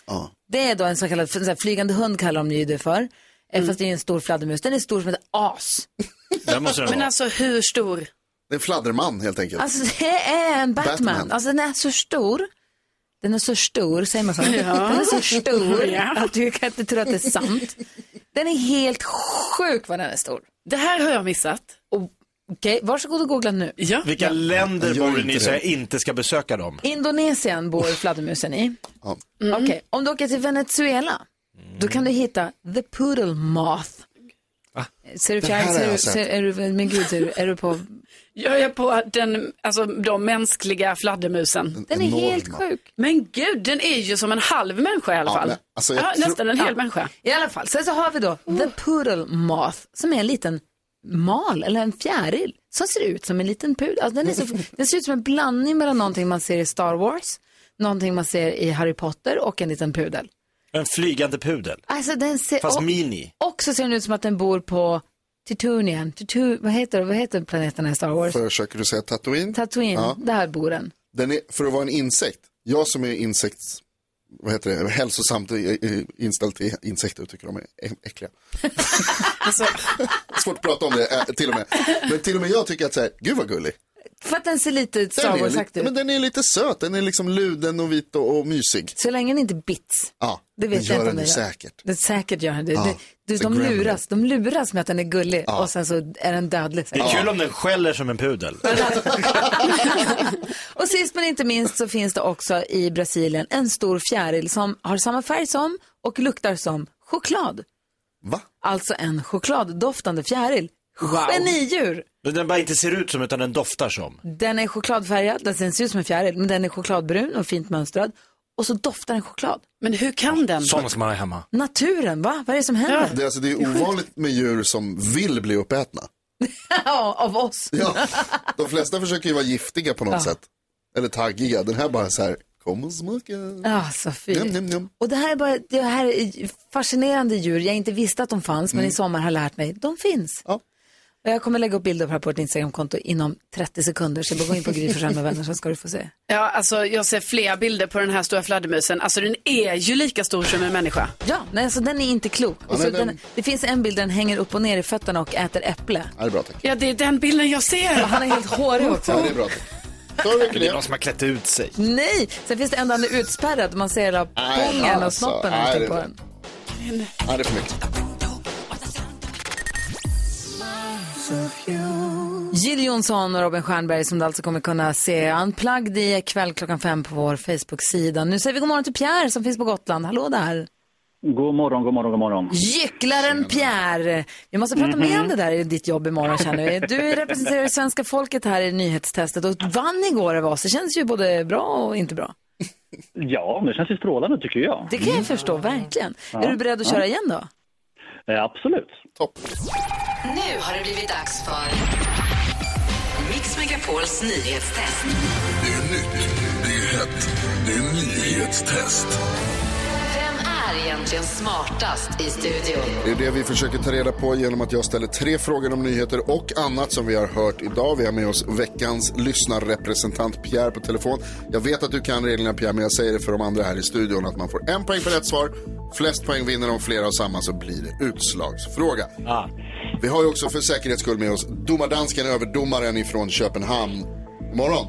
S1: Det är då en så kallad en sån här flygande hund kallar de ju det för. Mm. Fast det är ju en stor fladdermus, den är stor som ett as.
S3: Där måste den
S4: Men
S3: vara.
S4: alltså hur stor?
S2: Det är en fladderman helt enkelt.
S1: Alltså det är en Batman.
S2: Batman.
S1: Alltså den är så stor. Den är så stor, säger man så.
S6: Ja.
S1: Den är så stor
S6: Ja.
S1: att du kan inte tro att det är sant. Den är helt sjuk vad den är stor.
S4: Det här har jag missat.
S1: Okej, varsågod och googla nu.
S3: Vilka länder
S1: Gör
S3: bor
S1: inte
S3: ni i så
S1: det.
S3: jag inte ska besöka dem?
S1: Indonesien bor fladdermusen i.
S2: Ja.
S4: Mm.
S1: Okej, om du åker till Venezuela, då kan du hitta the poodle moth. Ser du
S4: Ah. Det här
S1: fjäril?
S4: har
S1: Ser
S4: jag
S1: du,
S4: sett.
S1: ser, är du, men gud, ser du, är du på...
S4: Jag är på den, alltså, de mänskliga fladdermusen.
S1: Den är enorma. helt sjuk.
S4: Men gud, den är ju som en halv människa i alla fall. ja, nästan en hel
S1: Ja,
S4: människa.
S1: I alla fall, sen så har vi då the poodle moth som är en liten mal eller en fjäril som ser ut som en liten pudel. Alltså, den, är så, den ser ut som en blandning mellan någonting man ser i Star Wars, någonting man ser i Harry Potter och en liten pudel.
S3: En flygande pudel.
S1: Alltså den ser...
S3: Fast
S1: och-
S3: mini.
S1: Och så ser den ut som att den bor på Titunien. Titu, vad, heter, vad heter planeterna i Star Wars?
S2: Försöker du säga Tatooine?
S1: Tatooine,
S2: Ja.
S1: där bor den.
S2: Den är, för att vara en insekt, jag som är insekts, vad heter det, hälsosamt eh, eh, inställd till insekter tycker de är ä- äckliga.
S4: Alltså,
S2: Svårt att prata om det eh, till och med. Men till och med jag tycker att så här, gud vad gullig.
S1: För att den ser lite ut
S2: Den
S1: Star
S2: är,
S1: Wars
S2: lite, men den är lite söt, den är liksom luden och vit och, och mysig.
S1: Så länge den inte bits.
S2: Ja,
S1: Det vet
S2: gör
S1: jag inte om
S2: den
S1: den
S2: ju säkert.
S1: Det säkert gör den det.
S2: Ja,
S1: det, du,
S2: the
S1: de,
S2: gremlin.
S1: luras, de luras med att den är gullig
S3: Ja.
S1: och sen så är den dödlig.
S3: Det är kul om den skäller som en pudel.
S1: Och sist men inte minst så finns det också i Brasilien en stor fjäril som har samma färg som och luktar som choklad.
S2: Va?
S1: Alltså en chokladdoftande fjäril. Genidjur!
S3: Men den bara inte ser ut som utan den doftar som.
S1: Den är chokladfärgad, den ser ut som en fjäril, men den är chokladbrun och fint mönstrad. Och så doftar den choklad.
S4: Men hur kan den?
S3: Sådana ska man ha hemma.
S1: Naturen, va? Vad är det som händer?
S2: Det, är alltså, det är ovanligt med djur som vill bli uppätna.
S1: <laughs> Ja, av oss.
S2: De flesta försöker ju vara giftiga på något
S1: Ja.
S2: sätt. Eller taggiga. Den här bara så här, kom och smaka.
S1: Ja, så fint.
S2: Njam, njam, njam.
S1: Och det här, är bara, det här är fascinerande djur. Jag inte visste att de fanns, men i sommar har jag lärt mig. De finns. Och jag kommer lägga upp bilder på det här på vårt Instagramkonto inom 30 sekunder. Så bara gå in på Gry Forssell med vänner så ska du få se.
S4: Ja, alltså jag ser flera bilder på den här stora fladdermusen. Alltså den är ju lika stor som en människa.
S1: Ja, nej, alltså den är inte klok.
S4: Ja,
S1: Och så
S4: nej,
S1: den,
S4: den-
S1: det finns en bild där den hänger upp och ner i fötterna och äter äpple.
S2: Ja, det är bra tack.
S4: Ja, det är den bilden jag ser.
S1: Han är helt hårig också.
S2: Ja, det är bra tack.
S3: Det är någon som har klätt ut sig.
S1: Nej, sen finns det en där den är utspärrad. Man ser hela
S3: Nej,
S1: pungen och
S3: alltså,
S1: snoppen
S3: nej,
S1: och allting
S3: det-
S1: på den.
S2: Nej, det är för mycket.
S1: Jill Johnson och Robin Stjernberg som du alltså kommer kunna se Unplugged i kväll klockan fem på vår Facebook-sida. Nu säger vi god morgon till Pierre som finns på Gotland. Hallå där!
S5: God morgon, god morgon, god morgon.
S1: Gycklaren Pierre! Vi måste prata
S5: Mhm.
S1: mer om det där i ditt jobb imorgon känner vi. Du
S5: <laughs>
S1: representerar ju svenska folket här i nyhetstestet och vann igår över oss. Det känns ju både bra och inte bra.
S5: Ja, men det känns ju strålande tycker jag. Mm.
S1: Det kan jag förstå, verkligen.
S5: Ja,
S1: Är du beredd att köra
S5: ja.
S1: igen då?
S5: Eh, absolut. Topp.
S14: Nu har det blivit dags för Mix Megapols nyhetstest.
S15: Det är nytt, det är hett, det är nyhetstest.
S14: Vem är egentligen egentligen smartast i studion?
S2: Det är det vi försöker ta reda på genom att jag ställer tre frågor om nyheter och annat som vi har hört idag. Vi har med oss veckans lyssnarrepresentant Pierre på telefon. Jag vet att du kan reglerna Pierre, men jag säger det för de andra här i studion att man får en poäng för rätt svar. Flest poäng vinner om flera och samma så blir det utslagsfråga. Vi har ju också för säkerhets skull med oss domardansken, överdomaren ifrån Köpenhamn. God morgon!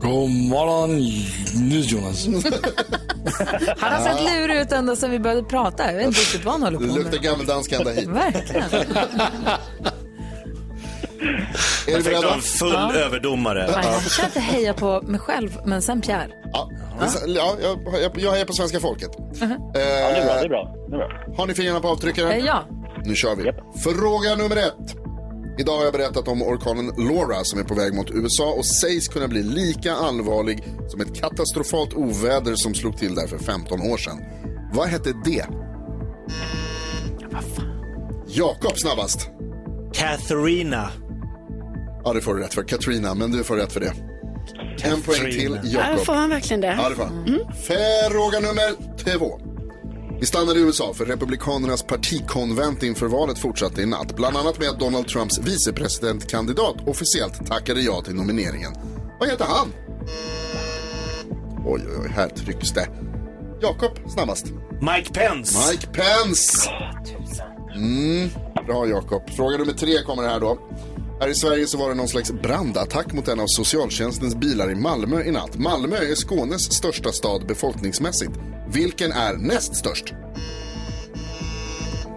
S10: God morgon, NyhetsJonas.
S1: Han har sett lurig ut ända sedan vi började prata. Jag
S5: <laughs>
S1: vet inte riktigt vad han håller på med.
S2: Luktar gammeldansk ända hit.
S1: Verkligen.
S2: Är ni
S3: Perfekt att
S2: beredda?
S3: ha en full
S1: Ja.
S5: Äh,
S3: överdomare.
S1: Jag försöker inte heja på mig själv, men sen Pierre.
S2: Ja, ja jag, jag, jag hejar på svenska folket. Eh,
S5: Ja, det är bra, det är bra. Det är bra.
S2: Har ni fingrarna på
S1: Uh-huh. Eh,
S2: avtryckaren?
S1: Ja.
S2: Nu kör vi. Fråga nummer ett. Idag har jag berättat om orkanen Laura som är på väg mot USA och sägs kunna bli lika allvarlig som ett katastrofalt oväder som slog till där för 15 år sedan. Vad hette det? Jakob snabbast.
S3: Katharina.
S2: Ja, det får du rätt för. Katrina, men du får rätt för det. En poäng till
S4: Ja,
S1: Äh,
S2: Jakob.
S4: får han verkligen det?
S2: Ja, det får han. Fråga nummer två. Vi stannar i USA för Republikanernas partikonvent inför valet fortsatte i natt. Bland annat med att Donald Trumps vicepresidentkandidat officiellt tackade ja till nomineringen. Vad heter han? Oj, oj, oj, här trycks det. Jakob, snabbast.
S3: Mike Pence.
S2: Mike Pence. Mm, bra Jakob. Fråga nummer tre kommer här då. Här i Sverige så var det någon slags brandattack mot en av socialtjänstens bilar i Malmö i natt. Malmö är Skånes största stad befolkningsmässigt. Vilken är näst störst?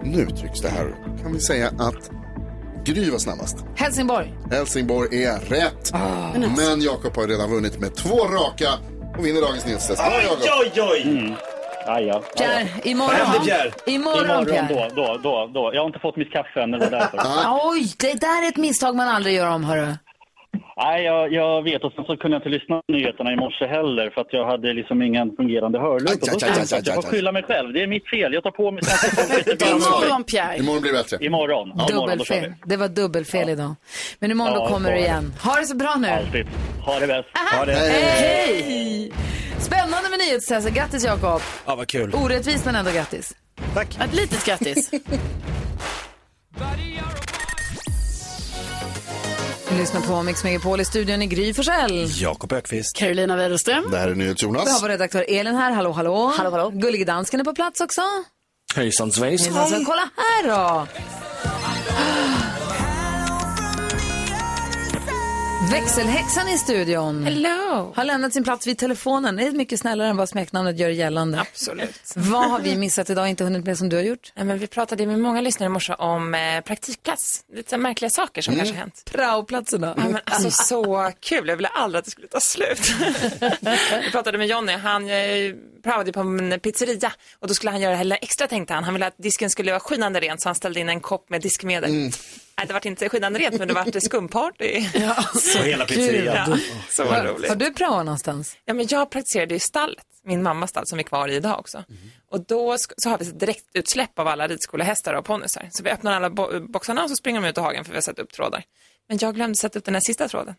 S2: Nu trycks det här. Kan vi säga att Gry var snabbast.
S1: Helsingborg.
S2: Helsingborg är rätt. Men Jakob har ju redan vunnit med två raka och vinner dagens nyhetstest. Bra,
S3: Oj,
S2: Jakob. Mm.
S3: oj, oj!
S5: Ja,
S3: Ah,
S5: ja.
S1: Pierre, imorgon.
S5: Vad hände, Pierre?
S1: Imorgon, Pierre.
S5: då, då, då, då. Jag har inte fått mitt kaffe än, det var därför.
S1: Ah, Oj, det där är ett misstag man aldrig gör om, hörru.
S5: Nej, jag, jag vet. Och sen så kunde jag inte lyssna på nyheterna i morse heller för att jag hade liksom ingen fungerande hörlur. på.
S2: Aj, aj, aj, aj, aj,
S5: Jag får
S2: aj.
S5: skylla mig själv. Det är mitt fel. Jag tar på mig svenska folket.
S4: Det är imorgon, Pierre.
S2: Imorgon blir det bättre.
S5: Imorgon. Ja, imorgon då kör vi.
S1: Dubbelfel. Det var dubbelfel idag. Men imorgon
S5: Ja,
S1: då kommer
S5: så
S1: du
S5: är det.
S1: igen. Ha det så bra nu.
S5: Alltid. Ha det bäst.
S3: Ha det.
S1: Hej! Spännande med nyhetstestet. Grattis, Jakob.
S3: Ja, vad kul.
S1: Orättvist, men ändå grattis.
S3: Tack.
S4: Ett litet
S1: <laughs>
S4: grattis.
S1: Vi lyssnar på Mix Megapol i studion i Gry Forssell.
S3: Jakob Ökvist.
S4: Carolina Widerström.
S2: Det här är
S1: Vi har
S2: NyhetsJonas.
S1: vår redaktör Elin här. Hallå, hallå. hallå, hallå. Gullige dansken är på plats också.
S10: Hejsan svejsan.
S1: Hejsan, så kolla här då. Växelhäxan i studion. Hello. Har lämnat sin plats vid telefonen. Det är mycket snällare än vad smeknamnet gör gällande.
S15: Absolut.
S1: Vad har vi missat idag och inte hunnit med som du har gjort?
S15: Nej, men vi pratade med många lyssnare i morse om eh, praktikplats. Lite så här märkliga saker som
S1: Mm.
S15: kanske har hänt.
S1: Praoplatserna.
S15: Ja, men alltså så kul. Jag ville aldrig att det skulle ta slut. Vi pratade med Jonny. Han eh, praoade på en pizzeria och då skulle han göra det här lilla extra tänkte han. Han ville att disken skulle vara skinande rent så han ställde in en kopp med diskmedel.
S3: Mm.
S15: Nej, det var inte skinande rent men det var skumparty. <laughs> Ja,
S3: Så hela pizzerian.
S15: Ja, så var
S1: Har,
S15: roligt.
S1: har du praoat någonstans?
S15: Ja, men jag praktiserade i stallet, min mammas stall som är kvar i idag också. Och då sk- så har vi ett direktutsläpp av alla ridskolehästar och ponnysar. Så vi öppnar alla bo- boxarna och så springer de ut i hagen för vi har satt upp trådar. Men jag glömde sätta upp den här sista tråden.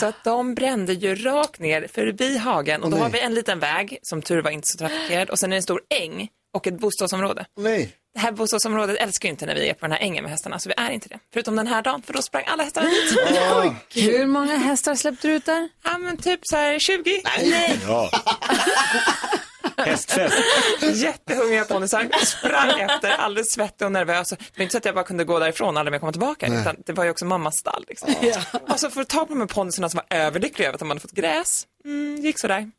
S15: Så att de brände ju rakt ner förbi hagen och då
S6: Åh,
S15: har
S6: nej.
S15: vi en liten väg, som tur var inte så trafikerad, och sen är det en stor äng och ett bostadsområde.
S2: Nej.
S15: Det här bostadsområdet älskar ju inte när vi är på den här ängen med hästarna, så vi är inte det. Förutom den här dagen, för då sprang alla hästarna dit.
S1: Hur många hästar släppte du ut där?
S15: Ja, men typ så här 20.
S1: Nej.
S3: Ja. Hästfest.
S15: Jättehungriga ponnysar. Sprang efter, alldeles svettig och nervös. Det var inte så att jag bara kunde gå därifrån och aldrig mer komma tillbaka.
S6: Nej.
S15: Utan det var ju också mammas stall. Liksom. Och så för att ta på de här ponnyerna som var överlyckliga över att de hade fått gräs. Mm, gick sådär.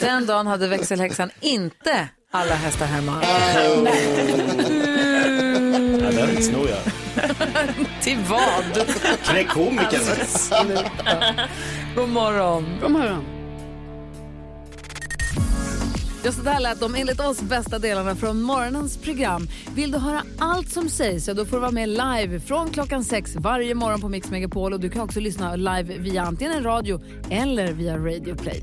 S1: Den dagen hade växelhäxan inte alla hästar hemma.
S3: Ja,
S4: <laughs>
S3: den snor jag.
S1: Till vad?
S3: Knäck komikern.
S4: Alltså,
S1: God morgon.
S4: God morgon.
S1: Just det här lät de enligt oss bästa delarna från morgonens program. Vill du höra allt som sägs så då får du vara med live från klockan sex varje morgon på Mix Megapol. Och du kan också lyssna live via antingen radio eller via Radio Play.